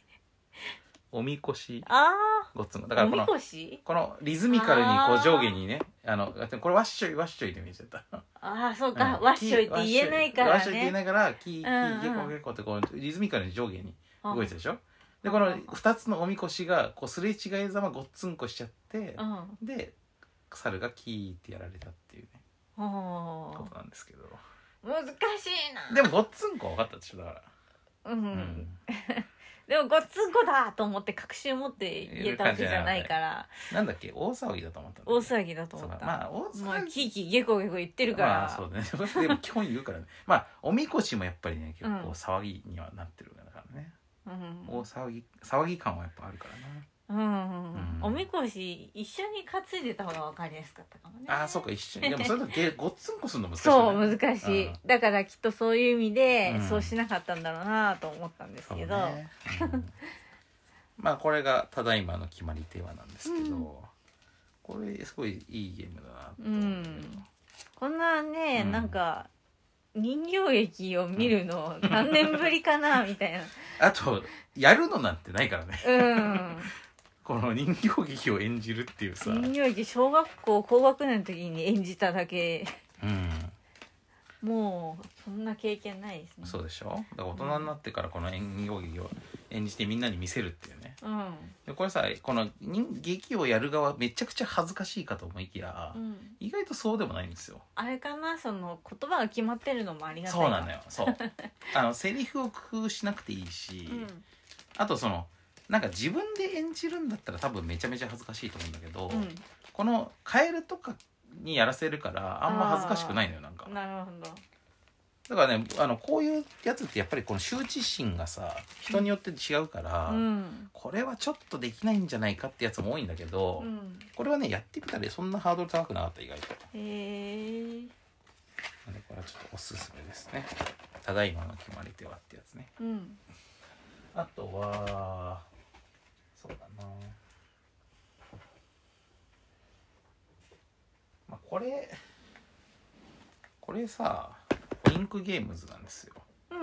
Speaker 1: おみこし
Speaker 2: あ
Speaker 1: ごっつんこだか
Speaker 2: あお
Speaker 1: らこ
Speaker 2: み
Speaker 1: の
Speaker 2: こし
Speaker 1: このリズミカルにこ
Speaker 2: あ
Speaker 1: う
Speaker 2: ー
Speaker 1: 上下にねあのこれわっしょいわっしょいって見えちゃった
Speaker 2: ああそう
Speaker 1: うん
Speaker 2: かわっしょいって言えないか
Speaker 1: わっ
Speaker 2: ら
Speaker 1: しょいって言え
Speaker 2: ね
Speaker 1: ないからキーキー
Speaker 2: うんうん
Speaker 1: ゲコゲコってこうリズミカルに上下に動いてたでしょで
Speaker 2: うん
Speaker 1: この2つのおみこしがこうすれ違いざまごっつんこしちゃって
Speaker 2: うんうん
Speaker 1: で猿がキーってやられたっていうね
Speaker 2: お
Speaker 1: こ
Speaker 2: ー
Speaker 1: となんですけど
Speaker 2: 難しいな
Speaker 1: でもごっつんこは分かったでしょだからう
Speaker 2: う
Speaker 1: ん
Speaker 2: んでもごっつんこだと思って確信持って言えたわけじゃないから
Speaker 1: なんだっけ大騒ぎだと思ったんだ
Speaker 2: 大騒ぎだと
Speaker 1: そ
Speaker 2: 思
Speaker 1: う
Speaker 2: った
Speaker 1: まあ大騒ぎ
Speaker 2: まあキーキーゲコゲコ言ってるか
Speaker 1: まあそう
Speaker 2: ら
Speaker 1: だね <laughs> でも基本言うからねまあおみこしもやっぱりね結構
Speaker 2: うん
Speaker 1: 騒ぎにはなってるからね、
Speaker 2: うん
Speaker 1: 大騒ぎ騒ぎ感はやっぱあるからな、
Speaker 2: うん
Speaker 1: うん
Speaker 2: おみこし一緒に担いでた方が分かりやすかったかもね
Speaker 1: ああそうか一緒
Speaker 2: <laughs>
Speaker 1: にでもそれだってごっつんこするの難しい
Speaker 2: そう
Speaker 1: ね
Speaker 2: 難しい、
Speaker 1: うん
Speaker 2: だからきっとそういう意味で、
Speaker 1: うん
Speaker 2: そうしなかったんだろうなと思ったんです
Speaker 1: そう
Speaker 2: け
Speaker 1: ね
Speaker 2: ど、
Speaker 1: うんまあこれがただいまの決まり手話なんですけど、
Speaker 2: うん
Speaker 1: これすごいいいゲームだな
Speaker 2: う
Speaker 1: と思うん
Speaker 2: ん
Speaker 1: だけど、
Speaker 2: こんなね、
Speaker 1: うん
Speaker 2: なんか人形劇を見るの何年ぶりかなみたい
Speaker 1: <laughs>
Speaker 2: な
Speaker 1: あとやるのなんてないからね
Speaker 2: うん
Speaker 1: この人形劇を演じるっていうさ、
Speaker 2: 人形劇小学校高学年の時に演じただけ
Speaker 1: うん
Speaker 2: もうそんな経験ないですね
Speaker 1: そうでしょだから大人になってからこの演技劇を演じてみんなに見せるっていうね
Speaker 2: うん、
Speaker 1: でこれさこの人劇をやる側めちゃくちゃ恥ずかしいかと思いきや、
Speaker 2: うん、
Speaker 1: 意外とそうでもないんですよ
Speaker 2: あれかなその言葉が決まってるのもありがたい
Speaker 1: そうなの
Speaker 2: <laughs> よ、
Speaker 1: よそうあのセリフを工夫しなくていいし、
Speaker 2: うん
Speaker 1: あとそのなんか自分で演じるんだったら多分めちゃめちゃ恥ずかしいと思うんだけど、
Speaker 2: う
Speaker 1: このカエルとかにやらせるからあんま恥ずかしくないのよなんか
Speaker 2: ん、なるほど
Speaker 1: だからねあのこういうやつってやっぱりこの羞恥心がさ人によって違うから、
Speaker 2: うん
Speaker 1: これはちょっとできないんじゃないかってやつも多いんだけど、
Speaker 2: うん
Speaker 1: これはねやってみたらそんなハードル高くなかった意外と
Speaker 2: へえ
Speaker 1: なんでこれはちょっとおすすめですね「ただいまの決まり手は」ってやつね
Speaker 2: うん
Speaker 1: あとはそうだなまあこれこれさインクゲームズなんですよ
Speaker 2: う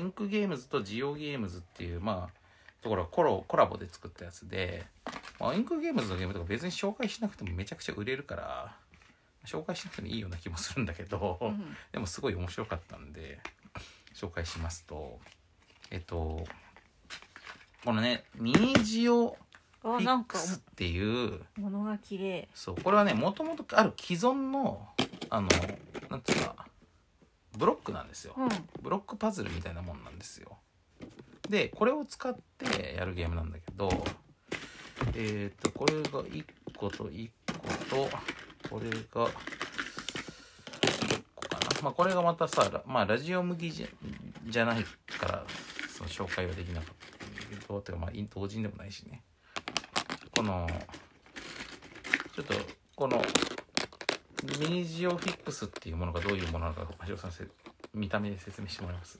Speaker 2: ん
Speaker 1: インクゲームズとジオゲームズっていうまあところがコロコラボで作ったやつで、まあ、インクゲームズのゲームとか別に紹介しなくてもめちゃくちゃ売れるから紹介しなくてもいいような気もするんだけど、
Speaker 2: うん
Speaker 1: でもすごい面白かったんで紹介しますとえっとこのねミニジオフ
Speaker 2: あ
Speaker 1: ィ
Speaker 2: なん
Speaker 1: ック
Speaker 2: か
Speaker 1: スっていう
Speaker 2: 物が綺麗
Speaker 1: そうこれはねもともとある既存のあのなんていうかブロックなんですよ
Speaker 2: うん
Speaker 1: ブロックパズルみたいなもんなんですよ。でこれを使ってやるゲームなんだけどえっ、とこれが1個と1個とこれが1個かな。まあこれがまたさ、ラまあ、ラジオ向きじゃじゃないからその紹介はできなかったんだけどてかまあ同人でもないしね。このちょっとこのミニジオフィックスっていうものがどういうものなのか橋尾さんせ見た目で説明してもらいます。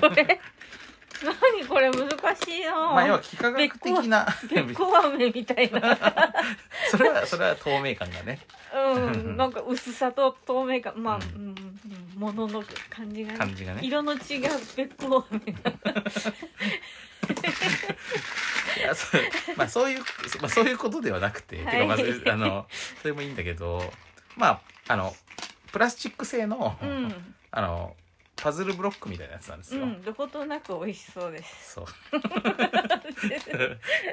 Speaker 2: これ何これ難しいな、
Speaker 1: まあ要は幾何学的な
Speaker 2: コアメみたいな
Speaker 1: <laughs> それはそれは透明感がね
Speaker 2: うんなんか薄さと透明感まあ、う
Speaker 1: うん
Speaker 2: んうん、物の感じがね
Speaker 1: 感じがね。
Speaker 2: 色の違うべっこう飴が
Speaker 1: いやそうまあそういうまあそういうことではなくて、
Speaker 2: はい
Speaker 1: てかまあそれあのそれもいいんだけど、まああのプラスチック製の、
Speaker 2: うん
Speaker 1: あのパズルブロックみたいなやつなんですよ、
Speaker 2: うんどことなく美味しそうです
Speaker 1: そう
Speaker 2: <laughs>
Speaker 1: そ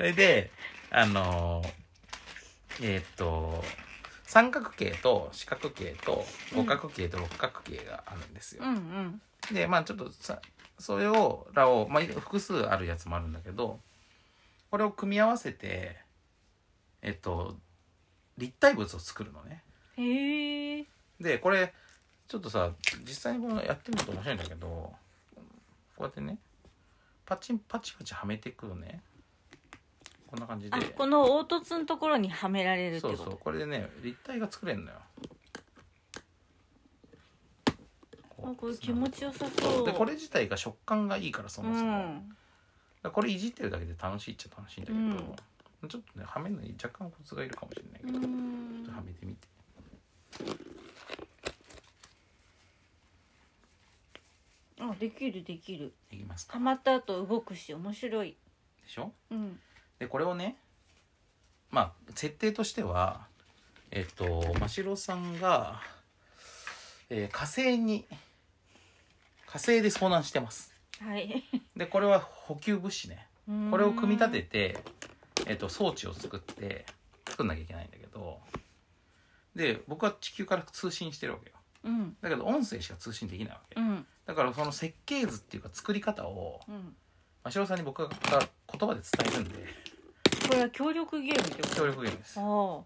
Speaker 1: れであのえーっと三角形と四角形と五角形と六角形があるんですよ
Speaker 2: う、んうん
Speaker 1: でまあちょっとさそれをらを、まあ、複数あるやつもあるんだけどこれを組み合わせてえっと立体物を作るのね
Speaker 2: へえ
Speaker 1: でこれちょっとさ実際にこのやってみると面白いんだけどこうやってねパチンパチパチはめていくのねこんな感じで
Speaker 2: あこの凹凸のところにはめられるって
Speaker 1: そ
Speaker 2: こ
Speaker 1: う
Speaker 2: と
Speaker 1: そうこれでね立体が作れるのよ
Speaker 2: あこれ気持ちよさそう
Speaker 1: でこれ自体が食感がいいからそもそも、だ
Speaker 2: う
Speaker 1: か
Speaker 2: ん
Speaker 1: らこれいじってるだけで楽しいっちゃ楽しいんだけど、ちょっとねはめるのに若干コツがいるかもしれないけ
Speaker 2: う
Speaker 1: ど、ちょ
Speaker 2: ん
Speaker 1: っとはめてみて
Speaker 2: あできるできる
Speaker 1: できますか
Speaker 2: はまった後動くし面白い
Speaker 1: でしょ
Speaker 2: うん
Speaker 1: でこれをねまあ設定としてはえっと真城さんが、えー火星に火星で遭難してます
Speaker 2: <laughs> はい
Speaker 1: でこれは補給物資ねこれを組み立てて、えっと装置を作って作んなきゃいけないんだけどで僕は地球から通信してるわけよ
Speaker 2: うん
Speaker 1: だけど音声しか通信できないわけ
Speaker 2: うん
Speaker 1: だからその設計図っていうか作り方を
Speaker 2: うん
Speaker 1: 真城さんに僕が言葉で伝えるんで
Speaker 2: これは協力ゲームってこと
Speaker 1: 協力ゲームです
Speaker 2: あ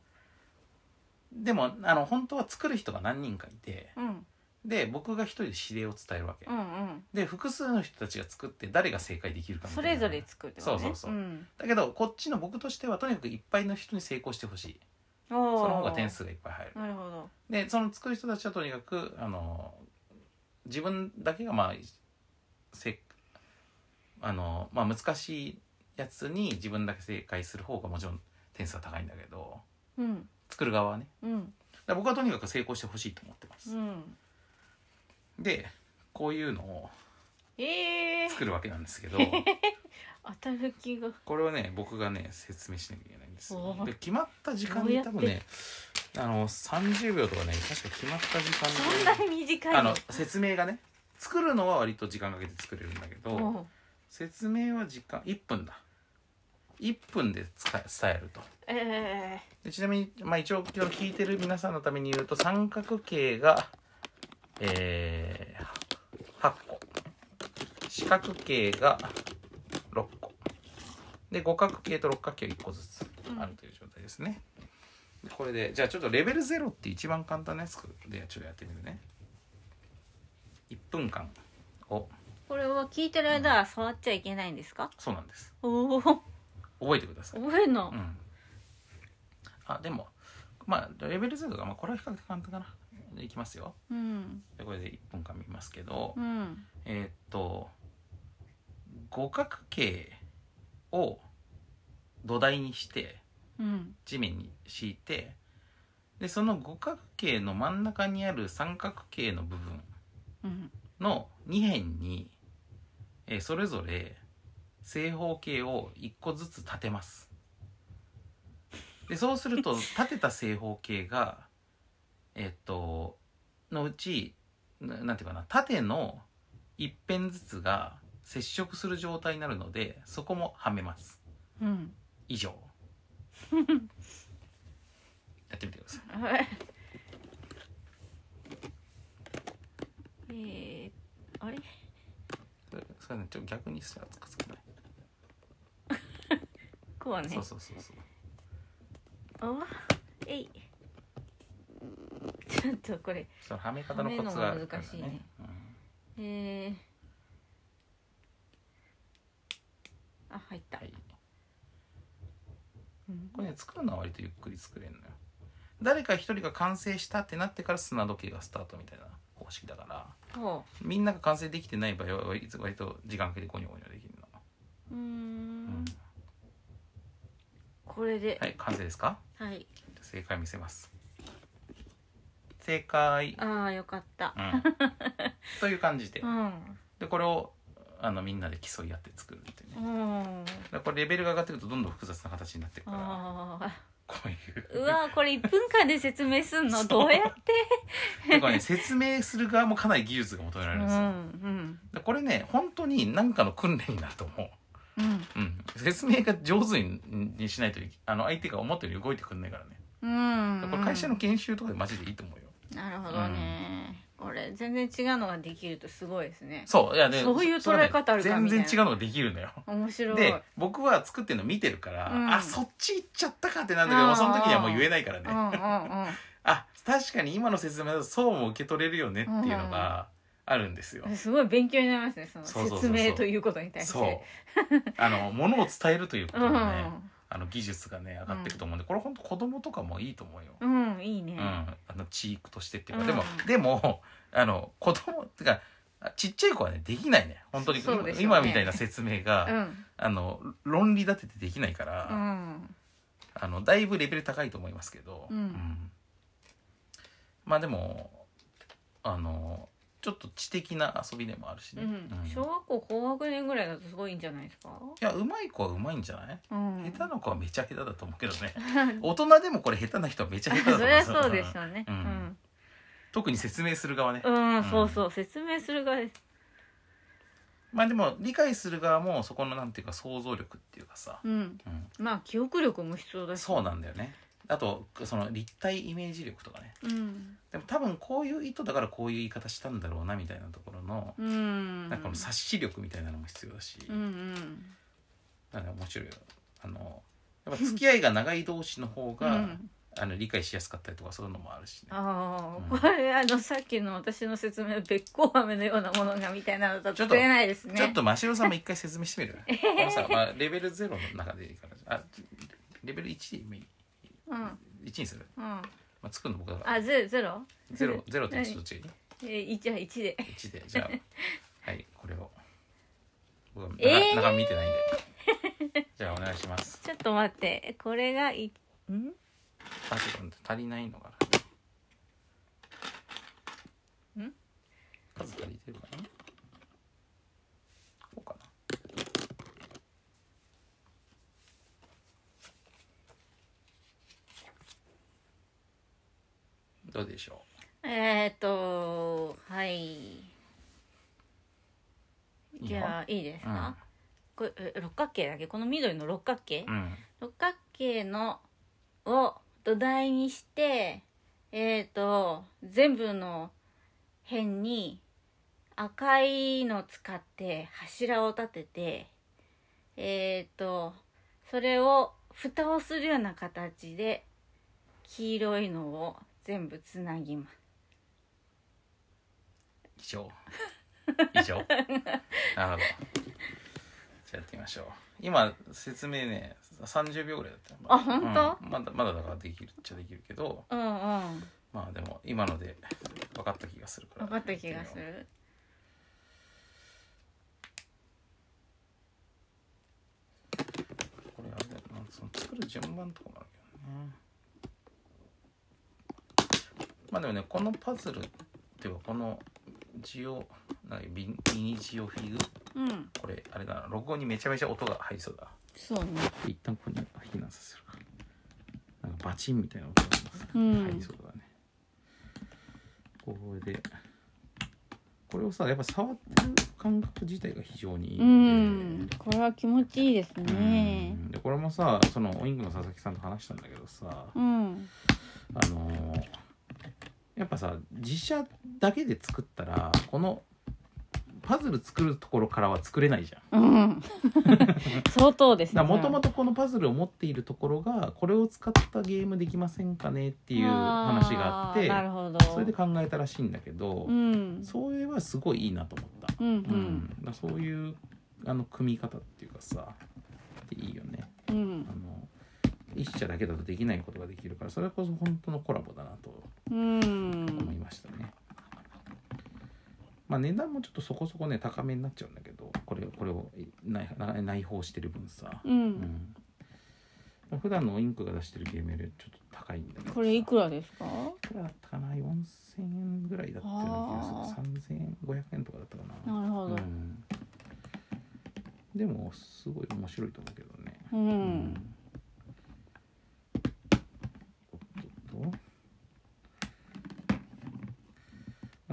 Speaker 1: でもあの本当は作る人が何人かいて
Speaker 2: あうん
Speaker 1: で僕が一人で指令を伝えるわけ、
Speaker 2: うんうん
Speaker 1: で複数の人たちが作って誰が正解できるかみた
Speaker 2: そ
Speaker 1: いな
Speaker 2: れぞれ作るってことね
Speaker 1: そうそうそうんだけどこっちの僕としてはとにかくいっぱいの人に成功してほしい
Speaker 2: その
Speaker 1: その方が点数がいっぱい入る
Speaker 2: なるほど
Speaker 1: でその作る人たちはとにかくあの自分だけがまあせあの、まあ、難しいやつに自分だけ正解する方がもちろん点数は高いんだけど
Speaker 2: うん
Speaker 1: 作る側はね
Speaker 2: うん
Speaker 1: だから僕はとにかく成功してほしいと思ってます、
Speaker 2: うん
Speaker 1: でこういうのを
Speaker 2: <laughs> ええ
Speaker 1: 作るわけなんですけど
Speaker 2: 働きが
Speaker 1: これをね僕がね説明しなきゃいけないんですよ
Speaker 2: おー
Speaker 1: で決まった時間
Speaker 2: どう
Speaker 1: に
Speaker 2: やっ
Speaker 1: 多
Speaker 2: て
Speaker 1: 分ねあの30秒とかね確か決まった時間
Speaker 2: そん
Speaker 1: に
Speaker 2: なに短い
Speaker 1: あの説明がね作るのは割と時間かけて作れるんだけど
Speaker 2: うん
Speaker 1: 説明は時間1分だ1分で使え伝えると
Speaker 2: え
Speaker 1: でちなみに、まあ、一応今日聞いてる皆さんのために言うと三角形がえー、8個四角形が6個で五角形と六角形が1個ずつあるという状態ですね、でこれでじゃあちょっとレベル0って一番簡単なやつでちょっとやってみるね1分間を
Speaker 2: ーこれは聞いてる間は触っちゃいけないんですか
Speaker 1: そうなんです
Speaker 2: おお覚
Speaker 1: 覚えてください
Speaker 2: えんの
Speaker 1: うん、あでもまあレベル0が、まあ、これは比較的簡単かなでいきますよ
Speaker 2: うん
Speaker 1: でこれで1分間見ますけど、
Speaker 2: うん
Speaker 1: えーっと五角形を土台にして
Speaker 2: うん
Speaker 1: 地面に敷いてでその五角形の真ん中にある三角形の部分
Speaker 2: うん
Speaker 1: の2辺に、えーそれぞれ正方形を1個ずつ立てますでそうする <laughs> と立てた正方形がえーっとのうちななんていうかな縦の一辺ずつが接触する状態になるのでそこもはめます
Speaker 2: うん
Speaker 1: 以 <laughs> 上やってみてください
Speaker 2: はいえー、あれ
Speaker 1: それそれねちょっと逆にしたらつくつかない、
Speaker 2: こうはね
Speaker 1: そうそうそうそう
Speaker 2: あわえいちょっとこれ
Speaker 1: そのはめ方のコツがあるから
Speaker 2: はめるのが難しいね
Speaker 1: うん
Speaker 2: えー、あ入った、
Speaker 1: はい
Speaker 2: うん
Speaker 1: これね作るのは割とゆっくり作れるのよ誰か一人が完成したってなってから砂時計がスタートみたいな方式だから
Speaker 2: ほ
Speaker 1: みんなが完成できてない場合は割と割と時間かけてゴニョゴニョできるの、
Speaker 2: ううー
Speaker 1: うん
Speaker 2: んこれで
Speaker 1: はい完成ですか
Speaker 2: はい、
Speaker 1: 正解見せます正解、
Speaker 2: ああよかった
Speaker 1: うん <laughs> という感じで
Speaker 2: うん
Speaker 1: でこれをあのみんなで競い合って作るっていう
Speaker 2: う
Speaker 1: ね
Speaker 2: ん
Speaker 1: でこれレベルが上がってくるとどんどん複雑な形になっていくから
Speaker 2: ああ
Speaker 1: こういう
Speaker 2: うわこれ1分間で説明すんの
Speaker 1: そう
Speaker 2: どうやって
Speaker 1: だからね説明する側もかなり技術が求めら
Speaker 2: う
Speaker 1: れる
Speaker 2: んうん
Speaker 1: ですよ、
Speaker 2: ん
Speaker 1: でこれね本当に何かの訓練になると思う、
Speaker 2: うん
Speaker 1: うん、説明が上手ににしないといけあの相手が思ったより動いてくんないからね
Speaker 2: うんうん
Speaker 1: これ会社の研修とかでマジでいいと思うよ、
Speaker 2: なるほどね、これ全然違うのができるとすごいですね
Speaker 1: そういやね
Speaker 2: そういう捉え方ある
Speaker 1: そ
Speaker 2: か
Speaker 1: れはね
Speaker 2: みたい
Speaker 1: 全然違う
Speaker 2: な
Speaker 1: のができるのよ
Speaker 2: 面白い
Speaker 1: で僕は作ってるの見てるから、
Speaker 2: うん
Speaker 1: あそっち行っちゃったかってなんだけど
Speaker 2: あ
Speaker 1: も
Speaker 2: ー
Speaker 1: うその時にはもう言えないから
Speaker 2: う
Speaker 1: ね、
Speaker 2: んうんうん
Speaker 1: あ確かに今の説明だとそうも受け取れるよねっていうのがあるんですよ、 <laughs>
Speaker 2: うんすごい勉強になりますねその
Speaker 1: そうそうそうそ
Speaker 2: 説
Speaker 1: う
Speaker 2: 明ということに対して
Speaker 1: そうあのものを伝えるということ
Speaker 2: う
Speaker 1: のね、
Speaker 2: ん
Speaker 1: あの技術がね上がっていくと思うんで、これ本当子供とかもいいと思うよ、
Speaker 2: うんいい
Speaker 1: うん
Speaker 2: ね
Speaker 1: あのチークとしてっていうか、
Speaker 2: うん
Speaker 1: でもでもあの子供ってかあちっちゃい子はねできないね本当に
Speaker 2: そそうでしょうね
Speaker 1: 今みたいな説明が、
Speaker 2: うん
Speaker 1: あの論理立ててできないか
Speaker 2: う
Speaker 1: ら、
Speaker 2: ん
Speaker 1: あのだいぶレベル高いと思いますけど、
Speaker 2: うん
Speaker 1: まあでもあのちょっと知的な遊びでもあるし
Speaker 2: う
Speaker 1: ね、
Speaker 2: ん
Speaker 1: うんい
Speaker 2: 小学校高学年ぐらいだとすごいんじゃないですか
Speaker 1: やうまい子はうまいんじゃない
Speaker 2: うん
Speaker 1: 下手な子はめちゃ下手だと思うけど
Speaker 2: <laughs>
Speaker 1: ね大人でもこれ下手な人はめちゃ下手だと
Speaker 2: そ
Speaker 1: 思
Speaker 2: りゃ <laughs> そうで
Speaker 1: ん
Speaker 2: しょうね
Speaker 1: う
Speaker 2: うんん
Speaker 1: 特に説明する側ね、
Speaker 2: うんそうそう説明する側です
Speaker 1: まあでも理解する側もそこのなんていうか想像力っていうかさ、
Speaker 2: うん
Speaker 1: うん
Speaker 2: まあ記憶力も必要だし
Speaker 1: そうなんだよねあとその立体イメージ力とかね
Speaker 2: うん
Speaker 1: でも多分こういう意図だからこういう言い方したんだろうなみたいなところの、
Speaker 2: うん
Speaker 1: なんかこの察し力みたいなのも必要だし、
Speaker 2: うんうん
Speaker 1: なんか面白いよあのやっぱ付き合いが長い同士の方が、
Speaker 2: うん
Speaker 1: あの理解しやすかったりとかそういうのもあるしね
Speaker 2: ああ、
Speaker 1: うん
Speaker 2: これあのさっきの私の説明べっこう飴のようなものがみたいなのだと
Speaker 1: ちょっ
Speaker 2: 作
Speaker 1: と
Speaker 2: れないですね
Speaker 1: ちょっと真城さんも一回説明してみ
Speaker 2: <laughs>
Speaker 1: るあのさ、まあ、レベル0の中でいいからあレベル1でもいい
Speaker 2: うんうん
Speaker 1: 1にする、
Speaker 2: あ
Speaker 1: まあ、作るの僕だから
Speaker 2: ゼロゼロ
Speaker 1: 0ゼってどっちがいい
Speaker 2: えー一は一で
Speaker 1: ?1 で
Speaker 2: <laughs>
Speaker 1: じゃあはいこれを僕は中,、
Speaker 2: えー
Speaker 1: 中身見てないんでじゃあお願いします
Speaker 2: ちょっと待ってこれがいん
Speaker 1: あちょっと足りないのかなん数足りてるかなこうかなどうでしょ
Speaker 2: えー、っとはい
Speaker 1: い
Speaker 2: じゃあいいです
Speaker 1: う、うん
Speaker 2: か、これえ六角形だっけこの緑の六角形、
Speaker 1: うん、
Speaker 2: 六角形のを土台にしてえっ、と全部の辺に赤いの使って柱を立ててえっ、とそれを蓋をするような形で黄色いのを全部つなぎます。
Speaker 1: 以上以
Speaker 2: <laughs>
Speaker 1: 上なるほどじゃあやってみましょう今説明ね30秒ぐらいだった
Speaker 2: あ本当
Speaker 1: うんまだまだだからできるっちゃできるけど
Speaker 2: うんうん
Speaker 1: まあでも今ので分かった気がするから
Speaker 2: 分かった気がする。
Speaker 1: これあれだよなその作る順番とかもあるけどねまあでもねこのパズルっていうかこのジオなんかミミニジオフィグ
Speaker 2: うん
Speaker 1: これあれだな録音にめちゃめちゃ音が入りそうだ
Speaker 2: そうね。
Speaker 1: 一旦ここに避難させるかなんかバチンみたいな音が
Speaker 2: うん
Speaker 1: 入りそうだね、これでこれをさやっぱ触ってる感覚自体が非常にいい
Speaker 2: うんこれは気持ちいいです
Speaker 1: で
Speaker 2: ね。
Speaker 1: でこれもさそのオイングの佐々木さんと話したんだけどさ
Speaker 2: うん
Speaker 1: あのーやっぱさ自社だけで作ったらこのパズル作るところからは作れないじゃん
Speaker 2: うん、相当ですね。
Speaker 1: もともとこのパズルを持っているところがこれを使ったゲームできませんかねって
Speaker 2: て
Speaker 1: いう話があって
Speaker 2: なるほど。
Speaker 1: それで考えたらしいんだけど、
Speaker 2: うん、
Speaker 1: それはすごいいいなと思った、
Speaker 2: うん、
Speaker 1: うんだからそういうあの組み方っていうかさでいいよね
Speaker 2: うん、うん
Speaker 1: あ、の一社だけだとできないことができるからそれこそ本当のコラボだなと
Speaker 2: うん
Speaker 1: 思い、ましたね、まあ値段もちょっとそこそこね高めになっちゃうんだけどこれこれを内内内包してる分さ、
Speaker 2: う、
Speaker 1: うんん普段のインクが出してるゲームよりちょっと高いんだけど
Speaker 2: これいく
Speaker 1: ら
Speaker 2: らですか？
Speaker 1: いくらだったかな4000円ぐらいだったような気がする3500円とかだったかな
Speaker 2: なるほど
Speaker 1: う。ん、でもすごい面白いと思うけどね
Speaker 2: うん、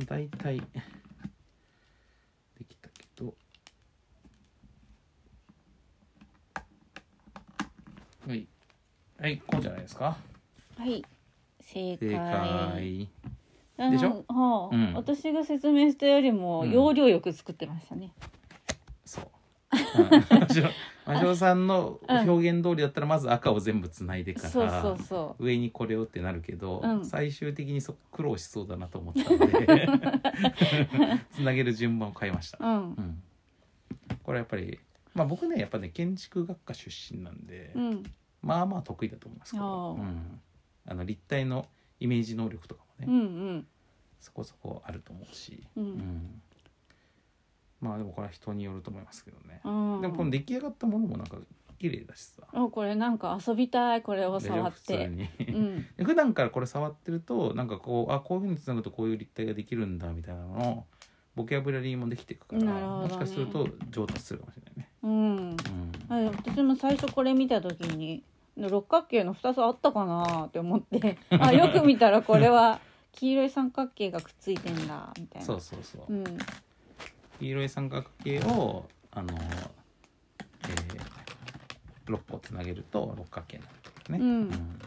Speaker 1: 大体できたけどはいはいこうじゃないですか
Speaker 2: はい正解
Speaker 1: 正解
Speaker 2: あの
Speaker 1: でしょ
Speaker 2: はあ
Speaker 1: うん
Speaker 2: 私が説明したよりも
Speaker 1: うん
Speaker 2: 容量よく作ってましたね、
Speaker 1: そう魔女魔女さんの表現通りだったらまず赤を全部つないでから
Speaker 2: そうそうそう
Speaker 1: 上にこれをってなるけど、
Speaker 2: うん
Speaker 1: 最終的にそこ苦労しそうだなと思ったので <laughs> つなげる順番を変えました、
Speaker 2: うん
Speaker 1: うん、これやっぱりまあ僕ねやっぱね建築学科出身なんで、
Speaker 2: うん
Speaker 1: まあまあ得意だと思いますけど、
Speaker 2: あ
Speaker 1: う
Speaker 2: ー
Speaker 1: ん、あの立体のイメージ能力とかもね、
Speaker 2: うんうん
Speaker 1: そこそこあると思うし、
Speaker 2: う
Speaker 1: うんん、まあでもこれは人によると思いますけどね、
Speaker 2: うん
Speaker 1: でもこの出来上がったものもなんか綺麗だしさ
Speaker 2: あこれなんか遊びたいこれを触っ
Speaker 1: 大丈夫
Speaker 2: て
Speaker 1: 普通
Speaker 2: う
Speaker 1: に、
Speaker 2: ん
Speaker 1: 普段からこれ触ってるとなんかこうあこういうふうにつなぐとこういう立体ができるんだみたいなのをボキャブラリーもできていくから、
Speaker 2: なるほど
Speaker 1: も
Speaker 2: ね
Speaker 1: しかすると上達するかもしれないね、
Speaker 2: うん
Speaker 1: うん
Speaker 2: あ私も最初これ見た時に六角形の2つあったかなって思って <laughs> あよく見たらこれは黄色い三角形がくっついてんだみたいな
Speaker 1: そうそうそう、
Speaker 2: うん
Speaker 1: 黄色い三角形をあの、え6個つなげると六角形になるんだよね、
Speaker 2: うん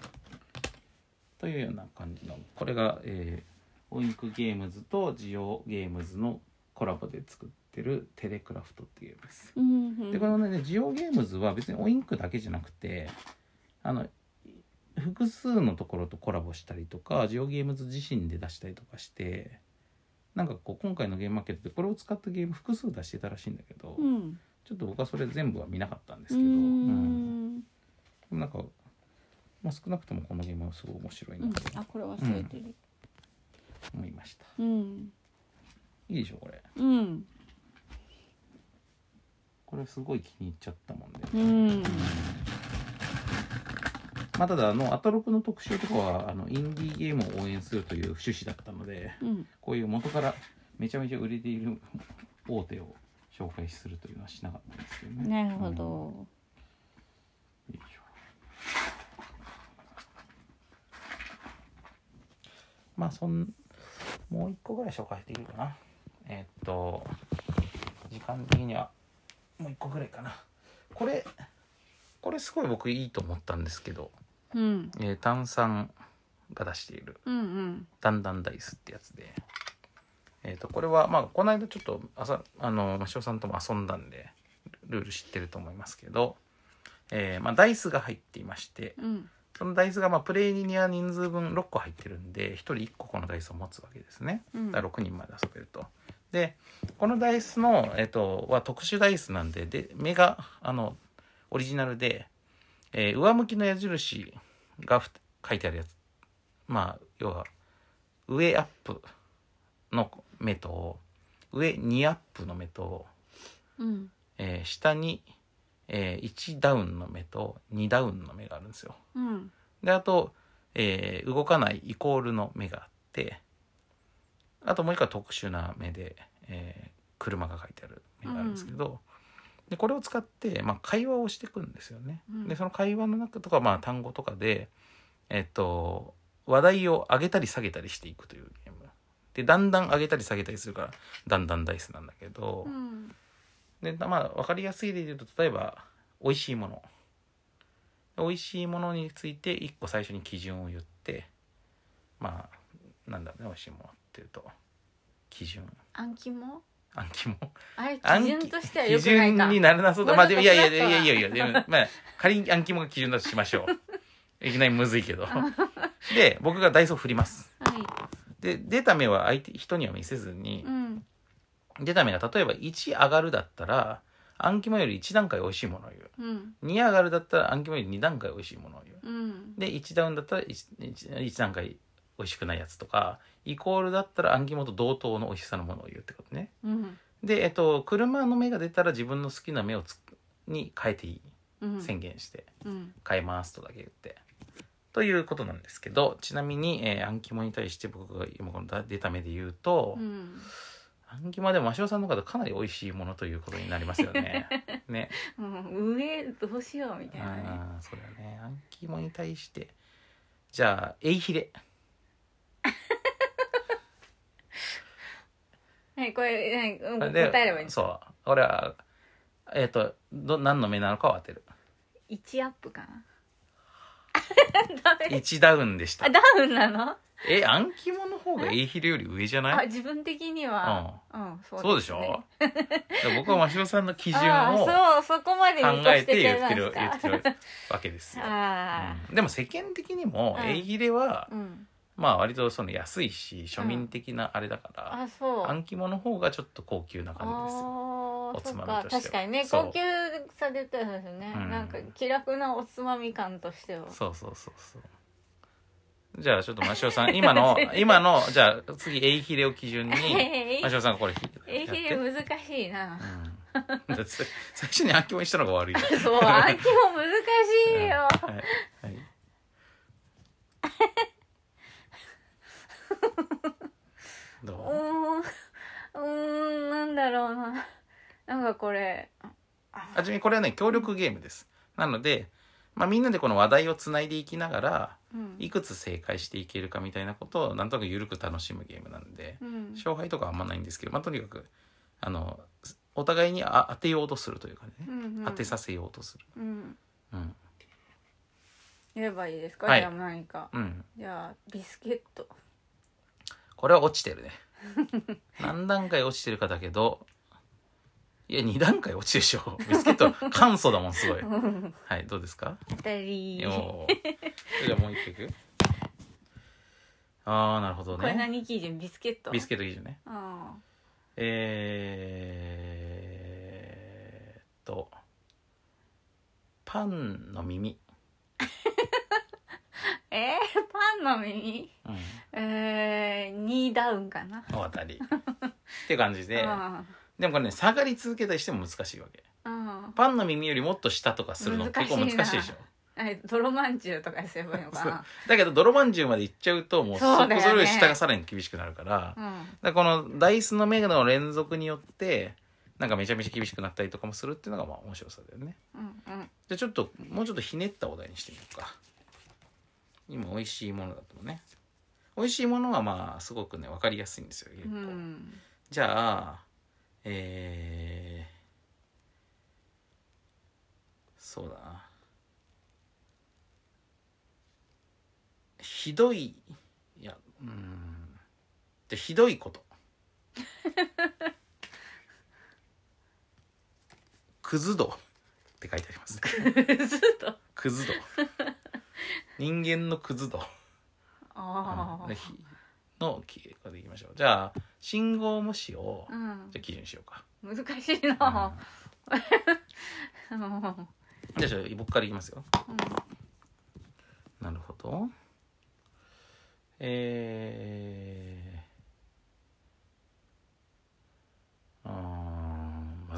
Speaker 1: というような感じのこれが、えーオインクゲームズとジオゲームズのコラボで作ってるテレクラフトっていうゲームです。
Speaker 2: うんうん
Speaker 1: でこのねジオゲームズは別にオインクだけじゃなくてあの複数のところとコラボしたりとかジオゲームズ自身で出したりとかしてなんかこう今回のゲームマーケットでこれを使ったゲーム複数出してたらしいんだけど、
Speaker 2: うん
Speaker 1: ちょっと僕はそれ全部は見なかったんです
Speaker 2: う
Speaker 1: けど、うん
Speaker 2: ん
Speaker 1: でもなんか、まあ、少なくともこのゲームはすごい面白いな
Speaker 2: うん
Speaker 1: と
Speaker 2: あこれ忘れてる
Speaker 1: 思いました、
Speaker 2: うん
Speaker 1: いいでしょこれ
Speaker 2: うん
Speaker 1: これすごい気に入っちゃったもんで、
Speaker 2: うん
Speaker 1: まあ、ただあのアトロクの特集とかはあのインディーゲームを応援するという趣旨だったので
Speaker 2: うん
Speaker 1: こういう元からめちゃめちゃ売れている大手を紹介するというのはしなかったんですけどね。
Speaker 2: なるほど
Speaker 1: うん。よいしょまあそんもう一個ぐらい紹介できるかな。えーっと時間的にはもう一個ぐらいかな。これこれすごい僕いいと思ったんですけど、
Speaker 2: うん
Speaker 1: えー炭酸が出している
Speaker 2: うんうん
Speaker 1: だんだんダイスってやつで、えー、とこれはまあこの間ちょっと朝あのマシオさんとも遊んだんでルール知ってると思いますけど、えーまあ、ダイスが入っていまして
Speaker 2: うん
Speaker 1: そのダイスがまあプレイには人数分6個入ってるんで1人1個このダイスを持つわけですね
Speaker 2: うん
Speaker 1: だから6人まで遊べると。でこのダイスの、えー、とは特殊ダイスなんでで目があのオリジナルで、えー上向きの矢印がふ書いてあるやつまあ要は上アップの目と上2アップの目と、
Speaker 2: うん
Speaker 1: えー下に、え1ダウンの目と2ダウンの目があるんですよ。
Speaker 2: うん
Speaker 1: であと、えー動かないイコールの目があってあともう一個は特殊な目で、えー車が書いてある目があるんですけど、でこれを使って、まあ、会話をしていくんですよね。
Speaker 2: うん
Speaker 1: でその会話の中とか、まあ、単語とかで、えっと話題を上げたり下げたりしていくというゲーム。でだんだん上げたり下げたりするからだんだんダイスなんだけど。
Speaker 2: うん
Speaker 1: でまあ分かりやすい例で言うと例えば美味しいもの美味しいものについて一個最初に基準を言ってまあなんだろうね美味しいものっていうと基準
Speaker 2: 暗記も
Speaker 1: 暗記も
Speaker 2: あれ
Speaker 1: 暗
Speaker 2: 基
Speaker 1: 記
Speaker 2: 準としては良くない
Speaker 1: 基
Speaker 2: か
Speaker 1: 準にならなそうだ
Speaker 2: ま
Speaker 1: ま
Speaker 2: あ
Speaker 1: あで
Speaker 2: でも
Speaker 1: もいやいやい
Speaker 2: それだ
Speaker 1: や
Speaker 2: とはい
Speaker 1: やいやでも
Speaker 2: <laughs>
Speaker 1: まあ仮に暗記もが基準だとしましょういきなりむずいけどで僕がダイソー振ります
Speaker 2: は
Speaker 1: で出た目は相手人には見せず
Speaker 2: い
Speaker 1: に、
Speaker 2: うん
Speaker 1: 出た目が例えば1上がるだったら暗記もより1段階美味しいものを言う
Speaker 2: うん
Speaker 1: 2上がるだったら暗記もより2段階美味しいものを言う
Speaker 2: うん
Speaker 1: で1ダウンだったら 1, 段階美味しくないやつとかイコールだったら暗記もと同等の美味しさのものを言うってことね
Speaker 2: うん
Speaker 1: で、えっと、車の目が出たら自分の好きな目をつくに変えていい
Speaker 2: うん
Speaker 1: 宣言して
Speaker 2: うん
Speaker 1: 変えますとだけ言ってということなんですけどちなみに、えー暗記もに対して僕が今この出た目で言うと、
Speaker 2: うん
Speaker 1: 暗記もでも鷲尾さんの方かなり美味しいものということになりますよねね
Speaker 2: うん上どうしようみたいなね
Speaker 1: ああそうだね暗記もに対してじゃあエイヒレ
Speaker 2: 何これ何うん答
Speaker 1: で
Speaker 2: えればいいの
Speaker 1: そう俺はえっ、とど何の目なのかを当てる
Speaker 2: <laughs> 1アップかなダメ
Speaker 1: 1ダウンでした
Speaker 2: あダウンなの
Speaker 1: え暗記物の方が A ヒルより上じゃ
Speaker 2: あ
Speaker 1: ない
Speaker 2: 自分的にはうん、そう
Speaker 1: そうでし
Speaker 2: すね
Speaker 1: ょ僕は真汐さんの基準
Speaker 2: <laughs> あ
Speaker 1: を
Speaker 2: あそうそこまで見
Speaker 1: 考
Speaker 2: 越
Speaker 1: え
Speaker 2: して
Speaker 1: て
Speaker 2: て
Speaker 1: 言
Speaker 2: な
Speaker 1: って
Speaker 2: ん
Speaker 1: る
Speaker 2: す
Speaker 1: 言
Speaker 2: か
Speaker 1: ってるわけですよ、
Speaker 2: あ
Speaker 1: うんでも世間的にも
Speaker 2: うん
Speaker 1: エイギレは
Speaker 2: あ、うん、
Speaker 1: まあ割とその安いし庶民的なあれだから、
Speaker 2: あそう
Speaker 1: 暗記物の方がちょっと高級な感じですよ
Speaker 2: ああ
Speaker 1: おつ
Speaker 2: そう
Speaker 1: まみ
Speaker 2: か
Speaker 1: としては
Speaker 2: 確かにね
Speaker 1: そう
Speaker 2: 高級されてるんですよね、
Speaker 1: うん
Speaker 2: なんか気楽なおつまみ感としては
Speaker 1: そうそうそうそうじゃあちょっと真汐さん今の今のじゃあ次エイヒレを基準に
Speaker 2: え
Speaker 1: 真汐さんがこれ弾いて
Speaker 2: え
Speaker 1: やっ
Speaker 2: ひ
Speaker 1: て
Speaker 2: れ難しいな
Speaker 1: うん <laughs> 最初に暗記物にしたのが悪い
Speaker 2: そう暗記も難しいよ
Speaker 1: はいはいど
Speaker 2: う
Speaker 1: う
Speaker 2: ーんうーんなんだろうななんかこれ
Speaker 1: あちなみにこれはね協力ゲームですなので、まあ、みんなでこの話題をつないでいきながら
Speaker 2: うん
Speaker 1: いくつ正解していけるかみたいなことをなんとなく緩く楽しむゲームなんで
Speaker 2: うん
Speaker 1: 勝敗とかはあんまないんですけど、まあ、とにかくあのお互いにあ当てようとするというかね、
Speaker 2: うんうん
Speaker 1: 当てさせようとする
Speaker 2: うん
Speaker 1: うん、
Speaker 2: 言えばいいですか、
Speaker 1: はい
Speaker 2: じゃあ何か
Speaker 1: うん、
Speaker 2: じゃあビスケッ
Speaker 1: <laughs>
Speaker 2: ト
Speaker 1: これは落ちて
Speaker 2: <laughs>
Speaker 1: るね何段階落ちてるかだけどいや2段階落ちるでしょビスケット簡素だもんすごいはいどうですか
Speaker 2: 二人
Speaker 1: よーじゃあもう一曲ああなるほど
Speaker 2: これ
Speaker 1: ね
Speaker 2: 何基準ビスケット
Speaker 1: ビスケットいいじゃね
Speaker 2: あ
Speaker 1: えー、っとパンの耳、
Speaker 2: ーえー、パンの耳
Speaker 1: うん、
Speaker 2: えー、2ダウンかな
Speaker 1: お渡りっていう感じで
Speaker 2: うん
Speaker 1: でもこれね下がり続けたりしても難しいわけ
Speaker 2: うん
Speaker 1: パンの耳よりもっと下とかするの
Speaker 2: 難
Speaker 1: 結
Speaker 2: しい
Speaker 1: 構
Speaker 2: な
Speaker 1: 難しいでしょ
Speaker 2: え泥まんじゅうとかにすればいいのかな
Speaker 1: だけど泥まんじゅうまで行っちゃうともう
Speaker 2: そうだよね
Speaker 1: そそれより下がさらに厳しくなるからだか
Speaker 2: うん
Speaker 1: らこのダイスの目の連続によってなんかめちゃめちゃ厳しくなったりとかもするっていうのがまあ面白さだよね
Speaker 2: うんうん
Speaker 1: じゃあちょっともうちょっとひねったお題にしてみようか今美味しいものだとね美味しいものはまあすごくね分かりやすいんですよ結
Speaker 2: う
Speaker 1: 構、
Speaker 2: ん
Speaker 1: じゃあえー、そうだなひどいいやうんでひどいこと <laughs> クズ度って書いてありますね
Speaker 2: ずっと
Speaker 1: クズ度人間のクズ度
Speaker 2: あ
Speaker 1: うん
Speaker 2: あ
Speaker 1: でひのきこれでいきましょうじゃあ信号無視を、
Speaker 2: うん
Speaker 1: じゃあ基準にしようか
Speaker 2: 難しいなうん
Speaker 1: じゃあちょっと僕からいきますよ。なるほど。えー。うー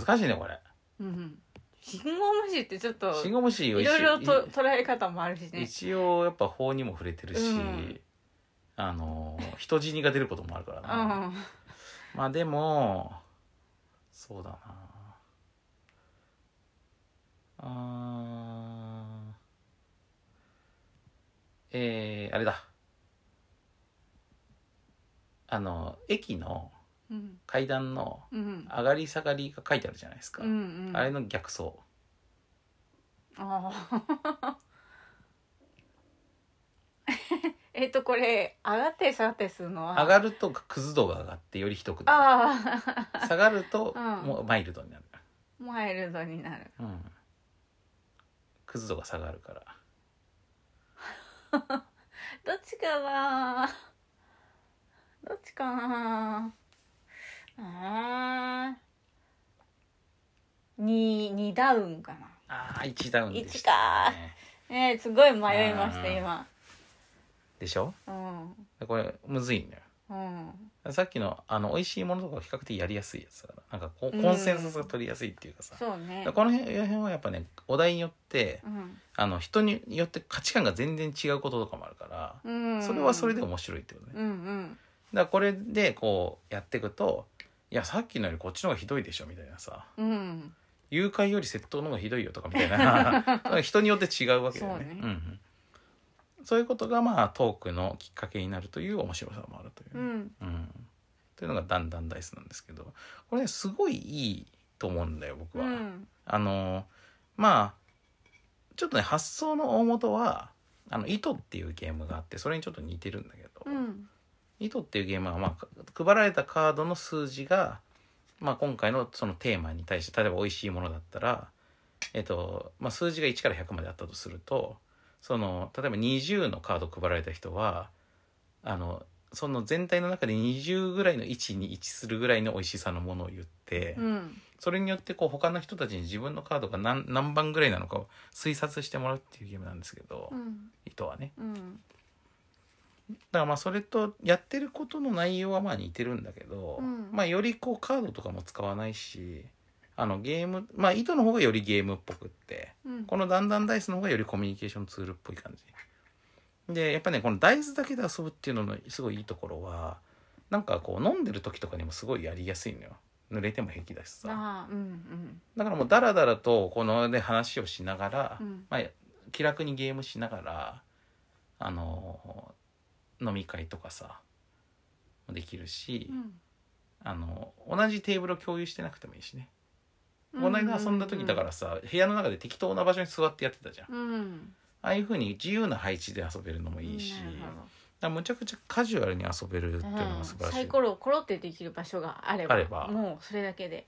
Speaker 1: ん難しいねこれ。
Speaker 2: うん信号無視ってちょっと
Speaker 1: 信号無視を
Speaker 2: い
Speaker 1: 一
Speaker 2: ろいろと捉え方もあるしね
Speaker 1: 一応やっぱ法にも触れてるし、
Speaker 2: うん
Speaker 1: あの人死にが出ることもあるから
Speaker 2: う
Speaker 1: な。
Speaker 2: ん
Speaker 1: まあでもそうだなあーえー、あれだあの駅の
Speaker 2: うん
Speaker 1: 階段の
Speaker 2: うん
Speaker 1: 上がり下がりが書いてあるじゃないですか、
Speaker 2: うんうん
Speaker 1: あれの逆走
Speaker 2: ああえっとこれ上がって下がってするのは
Speaker 1: 上がるとクズ度が上がってよりひどくな
Speaker 2: ああ
Speaker 1: る下がると
Speaker 2: うん
Speaker 1: もうマイルドになる、
Speaker 2: マイルドになる
Speaker 1: うん、クズ度が下がるから
Speaker 2: どっちかなどっちかなあーに2ダウンかな
Speaker 1: ああ1ダウンでし
Speaker 2: 一
Speaker 1: た、
Speaker 2: かえー、すごい迷いました
Speaker 1: うん
Speaker 2: 今
Speaker 1: でしょ
Speaker 2: うん
Speaker 1: これむずいんだよ
Speaker 2: うん
Speaker 1: さっきのあの美味しいものとかは比較的やりやすいやつだからなんかこ
Speaker 2: う
Speaker 1: うんコンセンサスが取りやすいっていうかさ、
Speaker 2: そうね
Speaker 1: この辺辺はやっぱねお題によって
Speaker 2: うん
Speaker 1: あの人によって価値観が全然違うこととかもあるから、
Speaker 2: うん
Speaker 1: それはそれで面白いってことね、だか
Speaker 2: うん
Speaker 1: らこれでこうやっていくといやさっきのよりこっちの方がひどいでしょみたいなさ
Speaker 2: うんうん
Speaker 1: 誘拐より窃盗の方がひどいよとかみたい
Speaker 2: <laughs>
Speaker 1: なそういう人によって違うわけだよね
Speaker 2: そうね
Speaker 1: うんうんそういうことがまあトークのきっかけになるという面白さもあるという
Speaker 2: う
Speaker 1: ね、
Speaker 2: ん
Speaker 1: うんというのがだんだんダイスなんですけどこれねすごいいいと思うんだよ僕
Speaker 2: う
Speaker 1: は。
Speaker 2: ん
Speaker 1: あのまあちょっとね発想の大元は「あの糸」っていうゲームがあってそれにちょっと似てるんだけど、
Speaker 2: うん
Speaker 1: 糸っていうゲームは、まあか、配られたカードの数字が、まあ、今回のそのテーマに対して例えば美味しいものだったら、えっとまあ、数字が1から100まであったとするとその例えば20のカードを配られた人はあのその全体の中で20ぐらいの位置に位置するぐらいの美味しさのものを言って、
Speaker 2: うん
Speaker 1: それによってこう他の人たちに自分のカードが何何番ぐらいなのかを推察してもらうっていうゲームなんですけど、
Speaker 2: うん
Speaker 1: 糸はね。
Speaker 2: うん
Speaker 1: だからまあそれとやってることの内容はまあ似てるんだけど、
Speaker 2: うん
Speaker 1: まあよりこうカードとかも使わないしあのゲームまあ糸の方がよりゲームっぽくって
Speaker 2: うん
Speaker 1: この「だんだんダイス」の方がよりコミュニケーションツールっぽい感じでやっぱねこのダイスだけで遊ぶっていうののすごいいいところはなんかこう飲んでる時とかにもすごいやりやすいのよ濡れても平気だしさ
Speaker 2: ああうん
Speaker 1: だからもうダラダラとこのね話をしながら、
Speaker 2: うん
Speaker 1: まあ、気楽にゲームしながらあの飲み会とかさできるし、
Speaker 2: うん
Speaker 1: あの同じテーブルを共有してなくてもいいしね、
Speaker 2: うん
Speaker 1: この間遊んだ時だからさ部屋の中で適当な場所に座ってやってたじゃん、あ
Speaker 2: うん
Speaker 1: あいう風に自由な配置で遊べるのもいいし、
Speaker 2: なる
Speaker 1: だ
Speaker 2: ほ
Speaker 1: か
Speaker 2: ど
Speaker 1: らむちゃくちゃカジュアルに遊べるっていうのが素晴
Speaker 2: うん
Speaker 1: ら
Speaker 2: サ
Speaker 1: しい、
Speaker 2: イコロをコロってできる場所があれば
Speaker 1: あれば
Speaker 2: もうそれだけで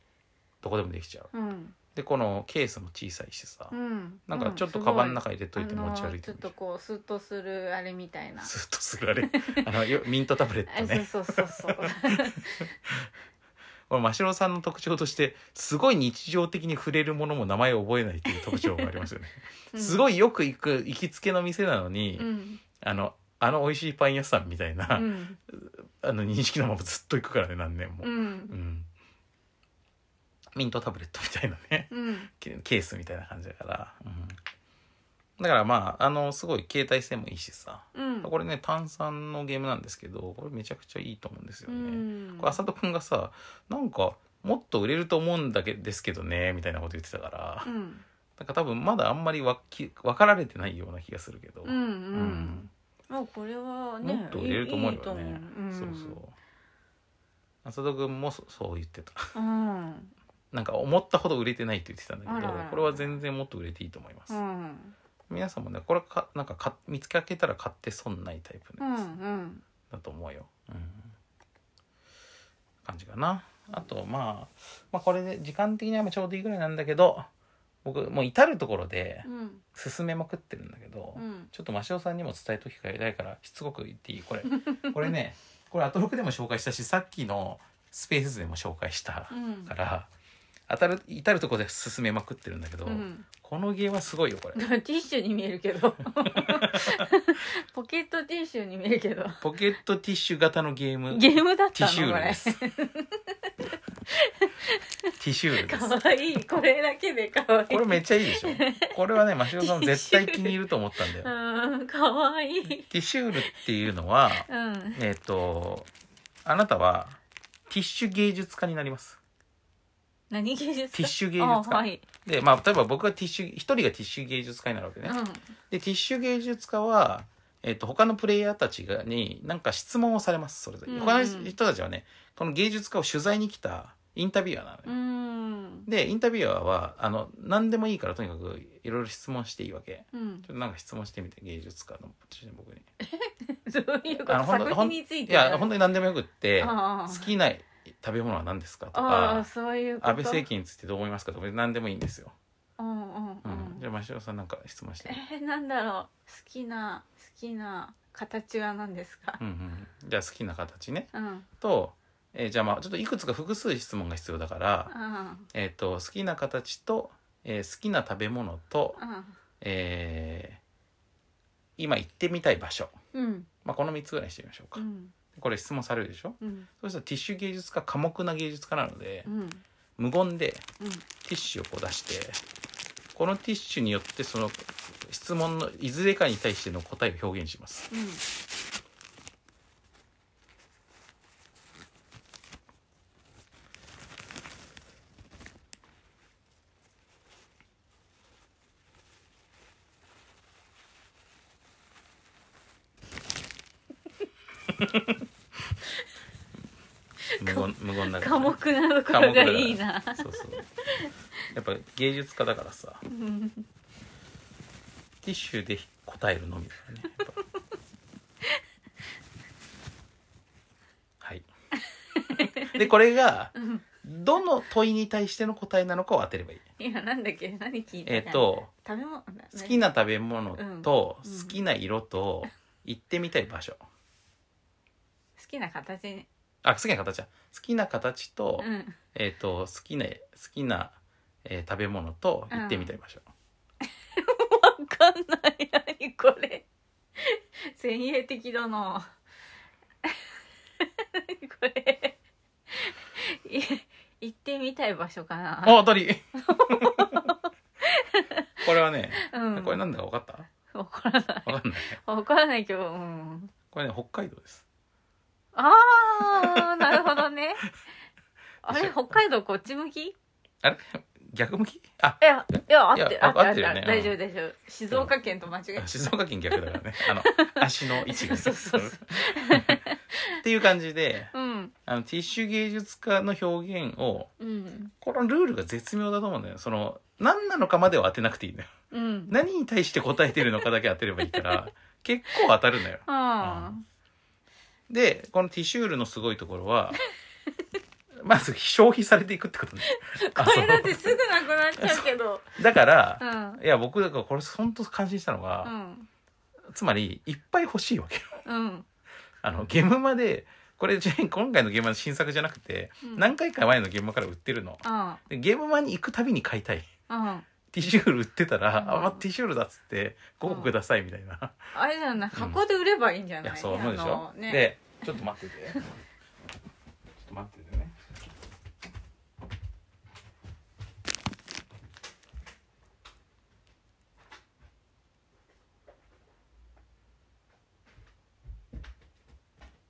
Speaker 1: どこでもできちゃう
Speaker 2: うん
Speaker 1: でこのケースも小さいしさ、
Speaker 2: うん
Speaker 1: なんかちょっと
Speaker 2: う
Speaker 1: カバンの
Speaker 2: す
Speaker 1: 中入れと
Speaker 2: ご
Speaker 1: いて持ち歩いて
Speaker 2: あのちょっ
Speaker 1: もいいし
Speaker 2: とこうスッとするあれみた
Speaker 1: <laughs>
Speaker 2: いな
Speaker 1: ずっとするあれあのよミントタブレッ
Speaker 2: あ
Speaker 1: トね
Speaker 2: そうそうそうそう
Speaker 1: これ真城さんの特徴としてすごい日常的に触れるものも名前を覚えないっていう特徴があります
Speaker 2: <laughs>
Speaker 1: よね、 <laughs> すご
Speaker 2: い、
Speaker 1: いよく行く行きつけの店なのに、
Speaker 2: うん
Speaker 1: あのあの美味しいパン屋さんみたいな、
Speaker 2: うん
Speaker 1: <laughs> あの認識のままずっと行くからね何年も、
Speaker 2: う
Speaker 1: うんんミントタブレットみたいなね <laughs>
Speaker 2: うん
Speaker 1: ケケースみたいな感じだから、うんだからまああのすごい携帯性もいいしさ
Speaker 2: うん
Speaker 1: これね炭酸のゲームなんですけどこれめちゃくちゃいいと思うんですよ
Speaker 2: う
Speaker 1: ね、
Speaker 2: ん
Speaker 1: これ浅戸君がさなんかもっと売れると思うんだけですけどねみたいなこと言ってたから、
Speaker 2: うん
Speaker 1: なんか多分まだあんまりわき分かられてないような気がするけど、
Speaker 2: うん
Speaker 1: う
Speaker 2: うん
Speaker 1: ん
Speaker 2: もうこれはね
Speaker 1: もっと売れると思うよね
Speaker 2: いいと思うん
Speaker 1: そうそう浅戸君もそそう言ってた
Speaker 2: うん
Speaker 1: なんか思ったほど売れてないって言ってたんだけ
Speaker 2: あ
Speaker 1: ど
Speaker 2: らあら
Speaker 1: これは全然もっと売れていいと思います、
Speaker 2: うん
Speaker 1: 皆さんもねこれかなんかか見つけけたら買って損ないタイプ
Speaker 2: う
Speaker 1: のやつ
Speaker 2: ん
Speaker 1: だと思うよ、うん、感じかなあと、まあ、まあこれで時間的にはちょうどいいぐらいなんだけど僕もう至る所で
Speaker 2: うんうん
Speaker 1: 進めまくってるんだけど、
Speaker 2: うん
Speaker 1: ちょっと真汐さんにも伝えときがいないからしつこく言っていいこれこれね <laughs> これアトロクでも紹介したしさっきのスペースでも紹介した
Speaker 2: うん
Speaker 1: から、当たる至る所で進めまくってるんだけど、
Speaker 2: うん
Speaker 1: このゲームはすごいよこれ
Speaker 2: <laughs> ティッシュに見える
Speaker 1: <laughs>
Speaker 2: けどポケットティッシュに見えるけど
Speaker 1: ポケットティッシュ型のゲーム
Speaker 2: ゲームだっ
Speaker 1: ティ
Speaker 2: た
Speaker 1: ッシュー
Speaker 2: のこ
Speaker 1: ルで
Speaker 2: れ
Speaker 1: す。ティッシュールです。
Speaker 2: かわいいこれだけでかわいい
Speaker 1: これめっちゃいいでしょ。これはね、真代さん絶対気に入ると思ったんだよ。
Speaker 2: うんかわいい
Speaker 1: ティッシュールっていうのは、
Speaker 2: うん
Speaker 1: えっ、と、あなたはティッシュ芸術家になります。
Speaker 2: 何芸術
Speaker 1: ティッシュ芸
Speaker 2: あ
Speaker 1: 術家。
Speaker 2: はい
Speaker 1: で、まあ、例えば僕がティッシュ、一人がティッシュ芸術家になるわけ
Speaker 2: う
Speaker 1: ね。
Speaker 2: ん
Speaker 1: で、ティッシュ芸術家は、えっ、と、他のプレイヤーたちがに、なんか質問をされます、それぞれ。
Speaker 2: うん
Speaker 1: 他の人たちはね、この芸術家を取材に来たインタビュアーなのよ。
Speaker 2: うん
Speaker 1: でインタビュアーはあの何でもいいからとにかくいろいろ質問していいわけ
Speaker 2: うん
Speaker 1: <laughs> ちょっとなんか質問してみて芸術家の僕に
Speaker 2: どういうこ
Speaker 1: あの
Speaker 2: と
Speaker 1: ほんと
Speaker 2: 作
Speaker 1: ほん
Speaker 2: 品につい
Speaker 1: い
Speaker 2: て
Speaker 1: や本
Speaker 2: 当
Speaker 1: 当に何でもよくって
Speaker 2: あ
Speaker 1: 好
Speaker 2: あ
Speaker 1: きな食べ物は何ですかと
Speaker 2: ああ
Speaker 1: か
Speaker 2: そういうこと
Speaker 1: 安倍政権についてどう思いますかとか何でもいいんですよ、
Speaker 2: うんうん
Speaker 1: うん
Speaker 2: うん
Speaker 1: じゃあ真汐さんなんか質問して、
Speaker 2: えー、なんだろう好きな好きな形は何ですか
Speaker 1: うんうん、じゃあ好きな形ね
Speaker 2: うんうん
Speaker 1: と、えーじゃあまあちょっといくつか複数質問が必要だから、えー、と好きな形と、えー好きな食べ物と、えー今行ってみたい場所
Speaker 2: うん
Speaker 1: まあ、この3つぐらいにしてみましょうか、
Speaker 2: うん
Speaker 1: これ質問されるでしょ
Speaker 2: うん
Speaker 1: そうしたらティッシュ芸術家寡黙な芸術家なので
Speaker 2: うんうん
Speaker 1: 無言でティッシュをこう出してこのティッシュによってその質問のいずれかに対しての答えを表現し
Speaker 2: <laughs>
Speaker 1: ます
Speaker 2: うん
Speaker 1: んな
Speaker 2: 寡黙なところがいいな
Speaker 1: そうそうやっぱ芸術家だからさ
Speaker 2: うん
Speaker 1: ティッシュで答えるのみだからね
Speaker 2: <laughs>
Speaker 1: やっぱはいでこれが
Speaker 2: うん
Speaker 1: どの問いに対しての答えなのかを当てればいい
Speaker 2: 今なんだっけ何聞いてた
Speaker 1: えっと
Speaker 2: 食べ物
Speaker 1: 好き
Speaker 2: な
Speaker 1: な食べ物と
Speaker 2: うんうん
Speaker 1: 好きな色と行ってみたい場所
Speaker 2: 好きな形ね
Speaker 1: あ好きな形だ好きな形と,、
Speaker 2: うん
Speaker 1: えっと好きな好きな、えー食べ物と行ってみたい場所、
Speaker 2: わかんない何これ先鋭的だな何これい行ってみたい場所かな、
Speaker 1: あ当た
Speaker 2: <laughs>
Speaker 1: りこれはね、
Speaker 2: うん、
Speaker 1: これなんだか分かった
Speaker 2: わからない
Speaker 1: 分かんない
Speaker 2: わからないけど、うん、
Speaker 1: これね北海道です
Speaker 2: ああなるほど
Speaker 1: <laughs>
Speaker 2: ねあれ北海道こっち向きい
Speaker 1: あれ逆向きあ
Speaker 2: やいや合って
Speaker 1: い
Speaker 2: る
Speaker 1: や
Speaker 2: 合って
Speaker 1: 合
Speaker 2: る合
Speaker 1: っ
Speaker 2: って
Speaker 1: る
Speaker 2: てる、
Speaker 1: よね
Speaker 2: 大丈夫大丈夫静岡県と間違え
Speaker 1: 静岡県逆だから
Speaker 2: <laughs>
Speaker 1: ねあの足の位置がね
Speaker 2: そうそうそう
Speaker 1: <laughs> っていう感じで
Speaker 2: うん
Speaker 1: あのティッシュ芸術家の表現を
Speaker 2: うん
Speaker 1: このルールが絶妙だと思うんだよその何なのかまでは当てなくていいんだよ
Speaker 2: うん
Speaker 1: 何に対して答えてるのかだけ当てればいいから
Speaker 2: <laughs>
Speaker 1: 結構当たるのよ
Speaker 2: あー
Speaker 1: でこのティッシュールのすごいところは <laughs> まず消費されていくってことねあ
Speaker 2: これだってすぐなくなっちゃうけど
Speaker 1: だから
Speaker 2: う、ん
Speaker 1: いや僕だからこれ本当感心したの
Speaker 2: う
Speaker 1: が、
Speaker 2: ん
Speaker 1: つまりいっぱい欲しいわけよ
Speaker 2: うん
Speaker 1: あのゲームまでこれじゃ今回のゲームは新作じゃなくて、
Speaker 2: うん
Speaker 1: 何回か前のゲームから売ってるの
Speaker 2: うん
Speaker 1: でゲームマに行くたびに買いたい
Speaker 2: うん
Speaker 1: ティッシュール売ってたら「
Speaker 2: うん
Speaker 1: あ、まあ、ティッシュールだ」っつって「5個ください」みたいな、
Speaker 2: あれじゃない箱で売ればいいんじゃ
Speaker 1: い
Speaker 2: ない,、
Speaker 1: やそう思うでし
Speaker 2: あ
Speaker 1: ょ
Speaker 2: の、ね、
Speaker 1: でちょっと待っててちょっと待っててね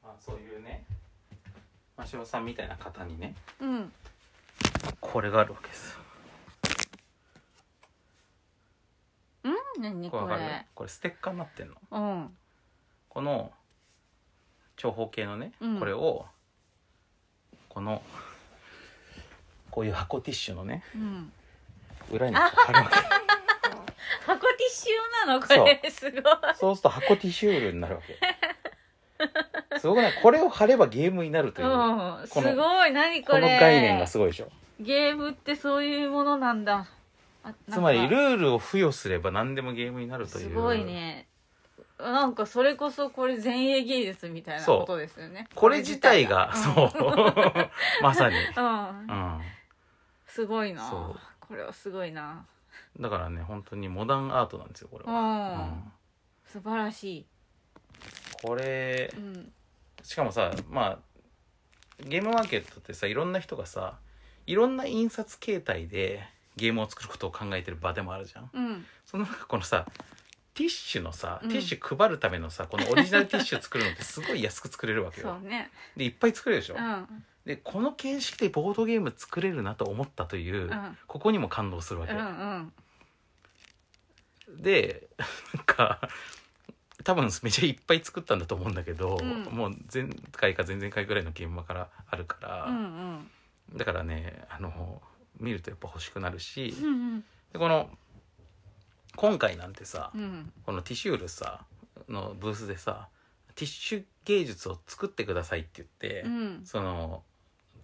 Speaker 1: まあそういうねマシオさんみたいな方にね
Speaker 2: うん
Speaker 1: これがあるわけです
Speaker 2: うん何
Speaker 1: これ
Speaker 2: こ
Speaker 1: わ
Speaker 2: れ
Speaker 1: かるこれステッカーになってんの
Speaker 2: うん
Speaker 1: この長方形のね、
Speaker 2: うん
Speaker 1: これをこのこういう箱ティッシュのね
Speaker 2: うん
Speaker 1: 裏に貼るわ
Speaker 2: 箱ティッシュ用なのこれすごい
Speaker 1: けそうすると箱ティッシュールになるわけすごくないこれを貼ればゲームになるという、こ
Speaker 2: うんす
Speaker 1: この
Speaker 2: ごい何こ
Speaker 1: の
Speaker 2: れ
Speaker 1: 概念がすごいでしょ
Speaker 2: ゲームってそういうものなんだあなんか
Speaker 1: つまりルールを付与すれば何でもゲームになるという
Speaker 2: すごいねなんかそれこそこれ前衛芸術みたいなことですよね
Speaker 1: これ自体が、そう <laughs> まさに、
Speaker 2: うん、うん
Speaker 1: うん、
Speaker 2: すごいな
Speaker 1: そう
Speaker 2: これはすごいな
Speaker 1: だからね本当にモダンアートなんですよこれ
Speaker 2: う
Speaker 1: は、
Speaker 2: ん、
Speaker 1: うん
Speaker 2: 素晴らしい、
Speaker 1: これ
Speaker 2: うん、
Speaker 1: しかもさまあゲームマーケットってさいろんな人がさいろんな印刷形態でゲームを作ることを考えてる場でもあるじゃん
Speaker 2: うん
Speaker 1: その中このさティッシュのさ、
Speaker 2: うん
Speaker 1: ティッシュ配るためのさこのオリジナルティッシュ作るのってすごい安く作れるわけ
Speaker 2: そ
Speaker 1: よ
Speaker 2: うね
Speaker 1: でいっぱい作れるでしょ、
Speaker 2: うん
Speaker 1: でこの形式でボードゲーム作れるなと思ったという、
Speaker 2: うん
Speaker 1: ここにも感動するわ
Speaker 2: う
Speaker 1: け
Speaker 2: んう
Speaker 1: よ、
Speaker 2: ん
Speaker 1: で <laughs> なんか多分めちゃいっぱい作ったんだと思うんだけど、
Speaker 2: うん
Speaker 1: もう前回か前々回ぐらいの現場からあるから、
Speaker 2: うんうん
Speaker 1: だからねあの見るとやっぱ欲しくなるし
Speaker 2: うんうん
Speaker 1: でこの今回なんてさ
Speaker 2: うん
Speaker 1: このティシュールさのブースでさティッシュ芸術を作ってくださいって言って、
Speaker 2: うん
Speaker 1: その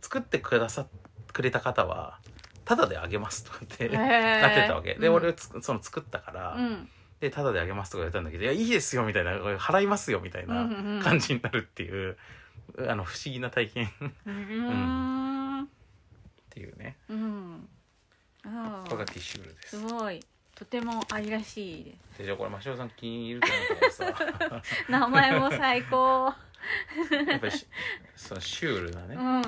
Speaker 1: 作ってくださくれた方はタダであげますとかって、なってたわけで、俺つその作ったから、
Speaker 2: うん
Speaker 1: でタダであげますとか言ったんだけど「いやいいですよ」みたいなこれ払いますよみたいな感じになるっていう、あの不思議な体験っ
Speaker 2: うんうん
Speaker 1: ていうね
Speaker 2: うんあ
Speaker 1: これが
Speaker 2: あ
Speaker 1: ティッシュールです
Speaker 2: す。ごいとても愛らしいです
Speaker 1: でじゃあこれ真汐さん気に入ると思ったからさ
Speaker 2: <laughs> 名前も最高
Speaker 1: やっぱりしそのシュールなね、
Speaker 2: う
Speaker 1: うん
Speaker 2: ん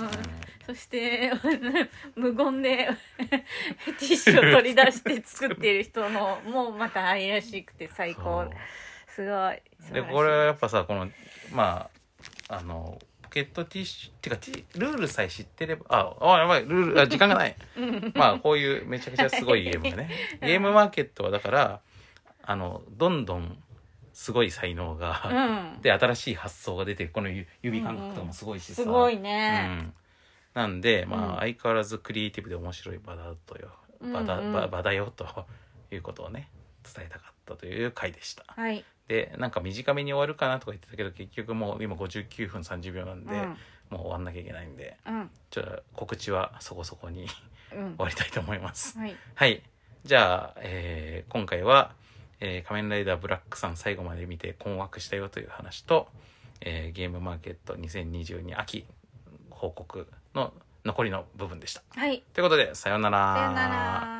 Speaker 2: そして <laughs> 無言で <laughs> ティッシュを取り出して作ってる人のもうまた愛らしくて最高すごい
Speaker 1: そう
Speaker 2: 素晴
Speaker 1: で
Speaker 2: らしい
Speaker 1: これはやっぱさこのまああのポケットティッシュっていうかティルールさえ知ってればああやばいルールあ時間がないまあこういうめちゃくちゃすごいゲーム
Speaker 2: <laughs>
Speaker 1: がねゲームマーケットはだからあのどんどんすごい才能
Speaker 2: う
Speaker 1: が、
Speaker 2: ん
Speaker 1: で新しい発想が出てこのゆ指感覚とかもすごいしさ、
Speaker 2: すごいね
Speaker 1: うん、なんで、
Speaker 2: う
Speaker 1: ま
Speaker 2: ん
Speaker 1: あ、相変わらずクリエイティブで面白い場だとよ、場だ
Speaker 2: うんうん
Speaker 1: 場場だよということをね伝えたかったという回でした。
Speaker 2: はい
Speaker 1: でなんか短めに終わるかなとか言ってたけど結局もう今59分30秒なんで、
Speaker 2: うん
Speaker 1: もう終わんなきゃいけないんで
Speaker 2: うん
Speaker 1: ちょっと告知はそこそこに <laughs> 終
Speaker 2: うん
Speaker 1: わりたいと思います。
Speaker 2: はい
Speaker 1: はいじゃあ、えー今回は、えー仮面ライダーブラックさん最後まで見て困惑したよ」という話と、えーゲームマーケット2022秋報告の残りの部分でした。
Speaker 2: はい
Speaker 1: ということでさようなら
Speaker 2: さよなら